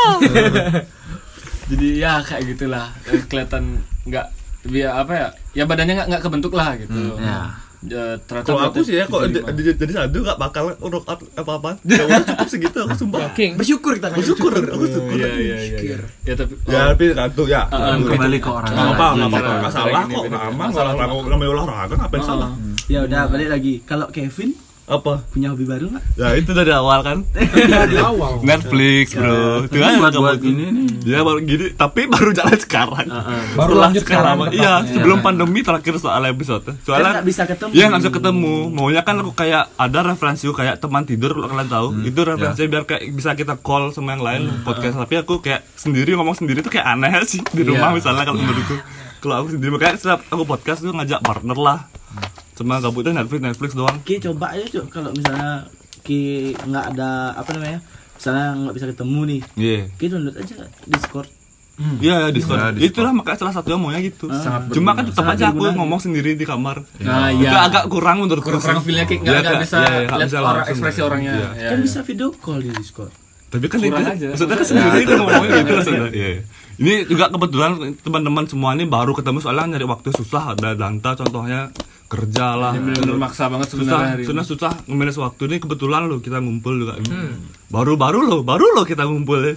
Jadi ya kayak gitulah Eh, kelihatan nggak dia apa ya? Ya badannya nggak nggak kebentuk lah gitu.
ya.
Eh, ternyata
Kan
Kalau aku sih ya kok
beratnya
di-
75.
di- jadi sadu gak bakal workout apa-apa. Ya udah cukup segitu aku sumpah.
King.
Bersyukur kita. kan.
Bersyukur, aku syukur.
Iya iya iya. iya. Ya tapi
Ya,
oh,
tapi satu ya.
Eh,
Ah, ah,
Nggak
kembali ke orang
apa-apa, nggak apa-apa.
Cara-
Nggak salah
cara
kok,
gini
nggak
beda.
aman. Salah orang namanya olahraga ngapain salah?
ya udah balik lagi kalau Kevin
Apa?
punya hobi baru nggak
Ya itu dari awal kan. Netflix, Bro. Tuh kan
buat buat
kamu.
ini nih
Ya baru gini, tapi baru jalan sekarang.
Baru lanjut sekarang.
Sekarang, iya, sebelum pandemi terakhir soal episode.
Kan
Soalnya
nggak bisa ketemu
Iya nggak bisa ketemu. Maunya kan aku kayak ada referensi aku kayak teman tidur kalau kalian tahu. itu
Ya.
referensi biar kayak bisa kita call sama yang lain
Hmm.
podcast. Tapi aku kayak sendiri ngomong sendiri tuh kayak aneh sih di
Iya.
rumah misalnya kalau menurutku. Kalau aku sendiri makanya setiap aku podcast tuh ngajak partner lah.
Hmm.
Cuma gabutnya Netflix Netflix doang.
Ki coba aja cok kalau misalnya Ki nggak ada apa namanya misalnya nggak bisa ketemu nih
Iya.
Ki download aja Discord
Iya, Discord.
Iya, Discord.
Itulah makanya salah satunya maunya gitu.
Ah,
Cuma kan tetap aja aku
berguna.
ngomong sendiri di kamar.
Nah,
Itu
iya.
agak kurang menurutku.
kurang kurang
sih.
feelnya kayak nggak
Iya,
nggak
Ya,
Kak.
bisa
Iya, iya, nggak
lihat
bisa
orang
langsung.
ekspresi orangnya.
Iya.
Ya,
kan
ya.
bisa video call di Discord
tapi kan itu
Kurang aja.
maksudnya kan sendiri itu ngomongnya gitu maksudnya Iya, iya. ini juga kebetulan teman-teman semua ini baru ketemu soalnya nyari waktu susah ada danta contohnya kerja lah
Bener-bener maksa banget sebenarnya
susah
hari ini.
susah susah nge-manage waktu ini kebetulan lo kita ngumpul juga baru baru lo baru lo kita ngumpul ya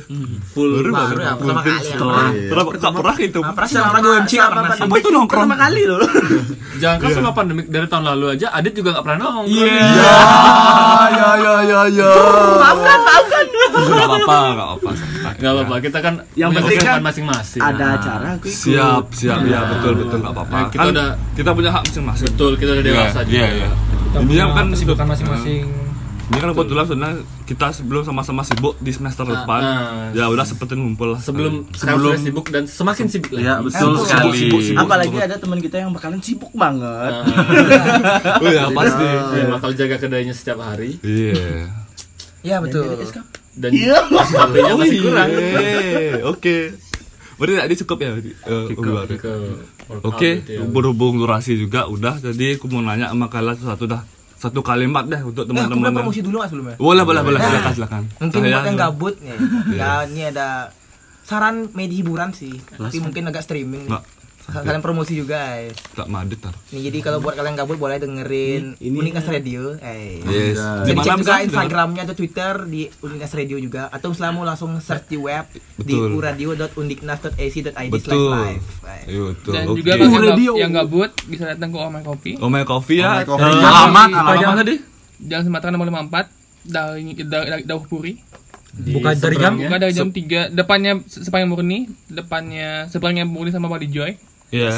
full baru
Baru ya, pertama kali ya.
setelah
pernah tak pernah itu
Pernah sih orang juga MC nggak pernah sih.
apa itu nongkrong
pertama kali loh
Jangan
Iya,
kan selama pandemik dari tahun lalu aja Adit juga nggak pernah nongkrong.
Iya.
Iya,
Ya, ya, ya, ya.
nggak apa-apa nggak apa-apa santai.
Nggak apa-apa, kita kan
Yang
punya
penting
kesibukan
kan
masing-masing.
ada acara aku ikut
siap siap ya betul betul nggak apa-apa
Nah, kita
Kan
udah-
kita punya hak masing-masing
Betul, kita udah dewasa juga.
Iya, iya. Ini
Punya
kan
kesibukan masing-masing.
Ini kan kebetulan sebenarnya kita sebelum sama-sama sibuk di semester depan.
ah.
ya udah sempetin ngumpul lah. Eh,
Sebelum sebelum
Sebelum-
sibuk dan semakin sibuk lagi. Nah,
ya betul
Sibuk,
sekali
sibuk, sibuk.
apalagi ada teman kita yang bakalan sibuk banget
Oh ya pasti.
Dia eh, bakal jaga kedainya setiap hari
Iya.
Iya betul.
dan
Oh, iya.
SKP-nya masih kurang.
Yeay, iya, Oke. Berarti tadi cukup ya. Berarti, eh, obrolan.
Ke workout
Oke,
gitu ya.
berhubung durasi juga udah. Jadi aku mau nanya sama kalian satu dah satu kalimat deh untuk
Nah, aku udah
teman-teman.
promosi dulu nggak sebelumnya.
Boleh, boleh, boleh. Silakan, silakan.
Mungkin
Saya-
buat yang gabut nih. Ya ini ada saran media hiburan sih. Tapi mungkin agak streaming.
Nggak.
Kalian promosi juga, guys.
tak madit tar.
Nih, jadi kalau buat kalian gabut boleh dengerin Unikas Radio. Eh.
Yes.
Jadi
Dimana
cek juga eh,
bisa?
Instagramnya atau Twitter di Undiknas Radio juga atau misalnya mau langsung search di web di
Betul.
uradio.undiknas.ac/live.
Betul.
Baik.
Ayo, betul.
Dan
Oke. Iya.
juga kalau yang, gab- yang gabut bisa datang ke Oh My Coffee.
Oh my coffee ya.
Coffee.
Eh,
alamat
Di-
alamat
tadi? Jalan Sumatera nomor 54 dari da, da, Dauh Puri.
Buka dari jam
Ya.
Buka dari jam 3. Depannya Se- Sepang Murni, depannya Sepang Murni sama Body Joy.
Iya.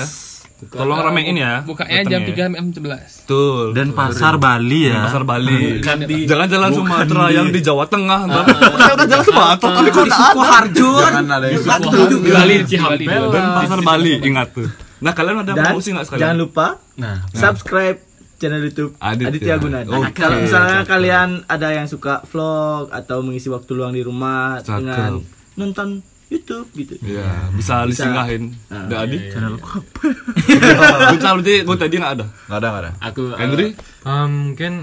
Tolong ramein ya.
Bukanya jam 3 sampai jam 11.
Betul.
dan pasar Bali ya
pasar Bali.
Bukan di
Jangan jalan Sumatera yang di Jawa Tengah. ntar. Ternyata jalan Sumatera tapi kok di Sukoharjo.
Jangan ada yang suka.
Bali Cihampel.
Dan pasar Bali ingat tuh. Nah kalian ada
dan
promosi nggak sekalian?
jangan lupa
Nah,
subscribe channel YouTube
Aditya.
Aditya Gunadi.
Oke,
Kalau misalnya
cakep.
kalian ada yang suka vlog atau mengisi waktu luang di rumah
Cakep.
dengan nonton YouTube gitu.
Iya, bisa disinggahin.
Ah,
Enggak Adi? Channel apa? Bentar berarti gue tadi enggak ada.
Nggak ada, nggak ada.
Aku eh,
Henry,
Em, Ah, mungkin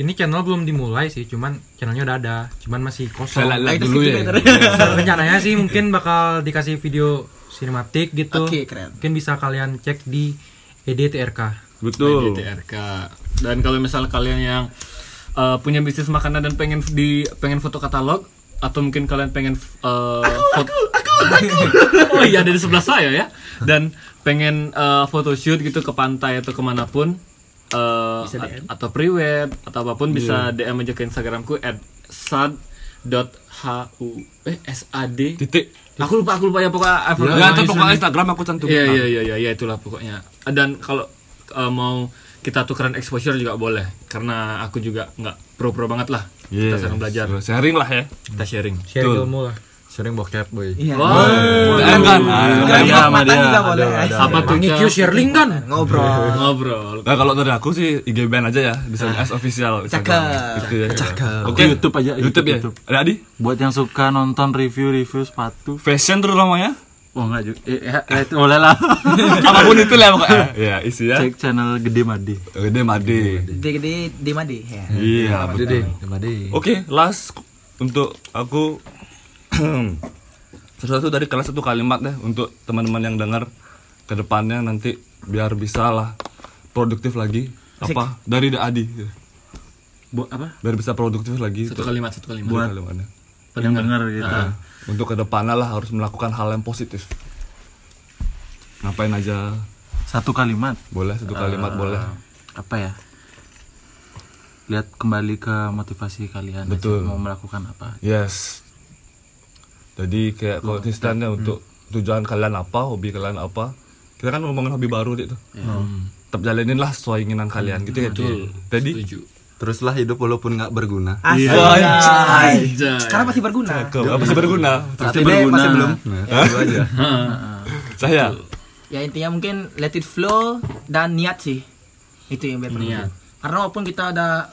ini channel belum dimulai sih, cuman channelnya udah ada, cuman masih
saya
Nah,
kosong.
lihat dulu ya.
Rencananya sih mungkin bakal dikasih video sinematik gitu.
Oke, keren.
Mungkin bisa kalian cek di E EDTRK.
Betul.
DTRK. Dan kalau misal kalian yang eh, punya bisnis makanan dan pengen di pengen foto katalog atau mungkin kalian pengen eh, foto oh iya ada di sebelah saya ya dan pengen eh, photoshoot gitu ke pantai atau kemanapun eh, a- atau prewed atau apapun bisa DM aja ke Instagramku at sad.hu eh sad
Titik.
aku lupa aku lupa ya pokoknya I
Ya,
forgot my
atau
username.
pokoknya Instagram aku cantumin.
Iya iya iya iya ya, itulah pokoknya. Dan kalau eh, mau kita tukeran exposure juga boleh karena aku juga nggak pro-pro banget lah. Kita
Yes.
sedang belajar,
Iya. Sharing lah ya.
kita sharing.
Share ilmu lah.
Sering bokep, boy.
Iya, Wah,
Eh, Enggak.
Kalau
Iya.
mau makan juga boleh.
apa tuh
Ini
Cak?
Q share link kan?
Ngobrol.
ngobrol.
Nah kalau dari aku sih IG band aja ya bisa as official Instagram.
Cakep.
Gitu ya.
Cakep.
Oke
YouTube aja,
YouTube, ya.
YouTube.
Ada Adi?
Buat yang suka nonton review-review sepatu,
Fashion terutama ya.
oh enggak juga, eh, eh, eh, itu boleh lah.
Apapun itu lah pokoknya. Iya isi ya.
Cek channel Gede Madi.
Gede Made.
Gede-gede di mana deh? Ya.
Iya betul.
Dede, Dede.
Oke last untuk aku sesuatu dari kelas satu kalimat deh untuk teman-teman yang dengar ke depannya nanti biar bisa lah produktif lagi apa dari Da Adi
Bu, apa?
biar bisa produktif lagi
Satu kalimat satu kalimat.
buat kalimatnya.
Pendengar gitu.
untuk kedepannya lah harus melakukan hal yang positif ngapain aja
Satu kalimat.
boleh satu kalimat boleh
apa ya lihat kembali ke motivasi kalian
Betul.
mau melakukan apa
yes jadi kayak
ya.
konsistennya untuk
Hmm.
tujuan kalian apa hobi kalian apa kita kan ngomongin hobi baru gitu
Ya.
tetap jalanin lah sesuai keinginan kalian gitu ya jadi
Setuju.
Teruslah hidup walaupun nggak berguna.
Asli. Karena masih berguna.
Ke- apa sih berguna
Tapi berguna. masih belum. Nah,
Iya.
itu aja.
saya
Ya intinya mungkin let it flow dan niat sih. Itu yang biar berguna. Karena walaupun kita ada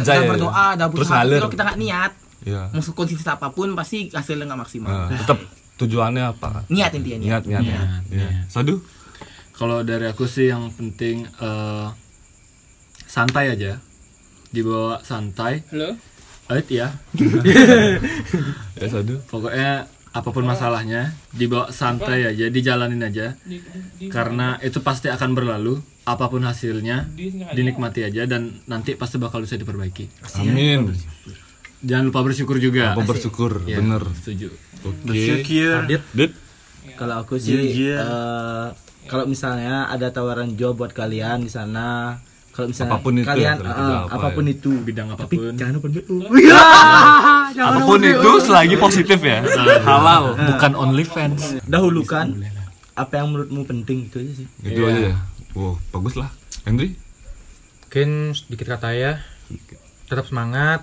mungkin
aja
kita
ya.
berdoa, ada
Terus
berusaha, tapi
ngalir.
kalau kita nggak niat,
Iya.
mau konsisten apapun pasti hasilnya nggak maksimal.
Nah, tetap tujuannya apa
Niat intinya niat.
niat niat, niat. Iya. sadu
Kalau dari aku sih yang penting eh, santai aja. Dibawa santai.
Halo?
Ait ya.
Iya.
ya sadu
Pokoknya apapun masalahnya dibawa santai aja, dijalanin aja.
Di, di,
karena itu pasti akan berlalu apapun hasilnya
di, di,
dinikmati aja dan nanti pasti bakal bisa diperbaiki
ya,
amin
jangan lupa bersyukur juga
Apa bersyukur
Iya.
Ya,
bener
setuju
oke Dit.
Kalau aku sih
Iya,
eh, kalau misalnya ada tawaran job buat kalian di sana, kalau misalnya
Apapun itu,
kalian
kalau
eh,
kerja apa
apapun
ya.
itu
bidang
tapi
apapun
jangan open BO.
apapun itu selagi positif ya halal
bukan only fans
Dahulukan apa yang menurutmu penting itu aja sih.
itu
Iya.
aja ya wow bagus lah Henry
Mungkin sedikit kata ya. Tetap semangat.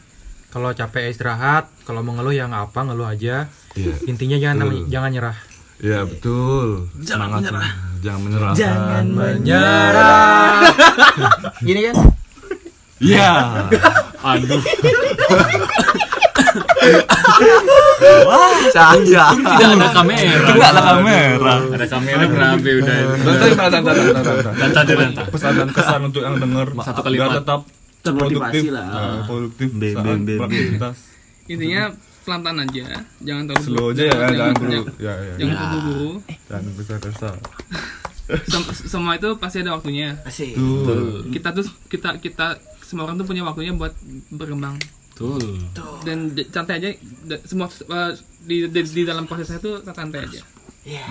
Kalau capek ya istirahat, kalau mau ngeluh ya nggak apa ngeluh aja.
Iya.
Intinya jangan
Betul.
jangan nyerah.
Iya betul. Jangan menyerah. Jangan menyerah.
Jangan menyerah.
Gini kan?
Iya.
aduh
Cahaya.
tidak ada kamera
Enggak ada kamera.
ada kamera berabe udah itu. dan tadi dan tadi.
Pesan kesan untuk yang dengar
Satu kalimat.
biar tetap
Termotivasi
produktif
lah.
Nah, produktif
Bem,
saat
bem, bem, bem.
beraktivitas.
Intinya pelan-pelan aja, jangan terlalu
Slow aja ya, jangan dulu. Ya, ya.
Jangan buru-buru.
Jangan besar-besar.
Sem- semua itu pasti ada waktunya.
Asik.
Kita tuh kita kita semua orang tuh punya waktunya buat berkembang. Dan j- santai aja da- semua eh, di, di, di dalam prosesnya tuh santai aja.
Ya.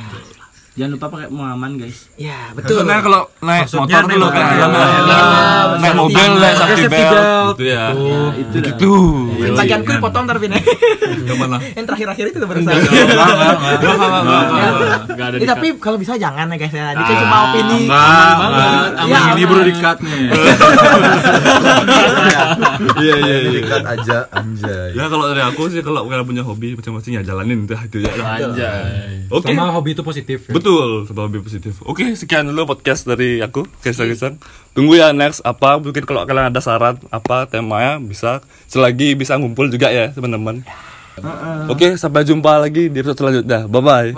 Jangan lupa pakai pengaman guys.
Ya, betul.
Maksudnya kalau naik motor dulu
naik
kan
motor.
naik mobil naik safety belt gitu ya.
Oh, Itu dah.
Gitu.
Bagianku
kan.
dipotong ntar Vin.
Yang mana?
Yang terakhir-akhir itu udah berusaha.
nggak ada
Eh,
di
tapi kalau bisa jangan ya guys ya. Ini kan cuma opini.
Ah, aman
Ya,
ini
aman.
bro dikat nih
Iya iya
Jadi
iya.
dekat aja anjay.
Ya kalau dari aku sih kalau kalian punya hobi macam-macam ya jalanin itu aja ya.
anjay
Oke.
Sama hobi itu positif. ya.
Betul. Betul, tentang lebih positif. Oke, sekian dulu podcast dari aku, Kisah Kisah. Tunggu ya next apa, mungkin kalau kalian ada saran apa temanya bisa selagi bisa ngumpul juga ya teman-teman. Oke, sampai jumpa lagi di episode selanjutnya. Bye bye.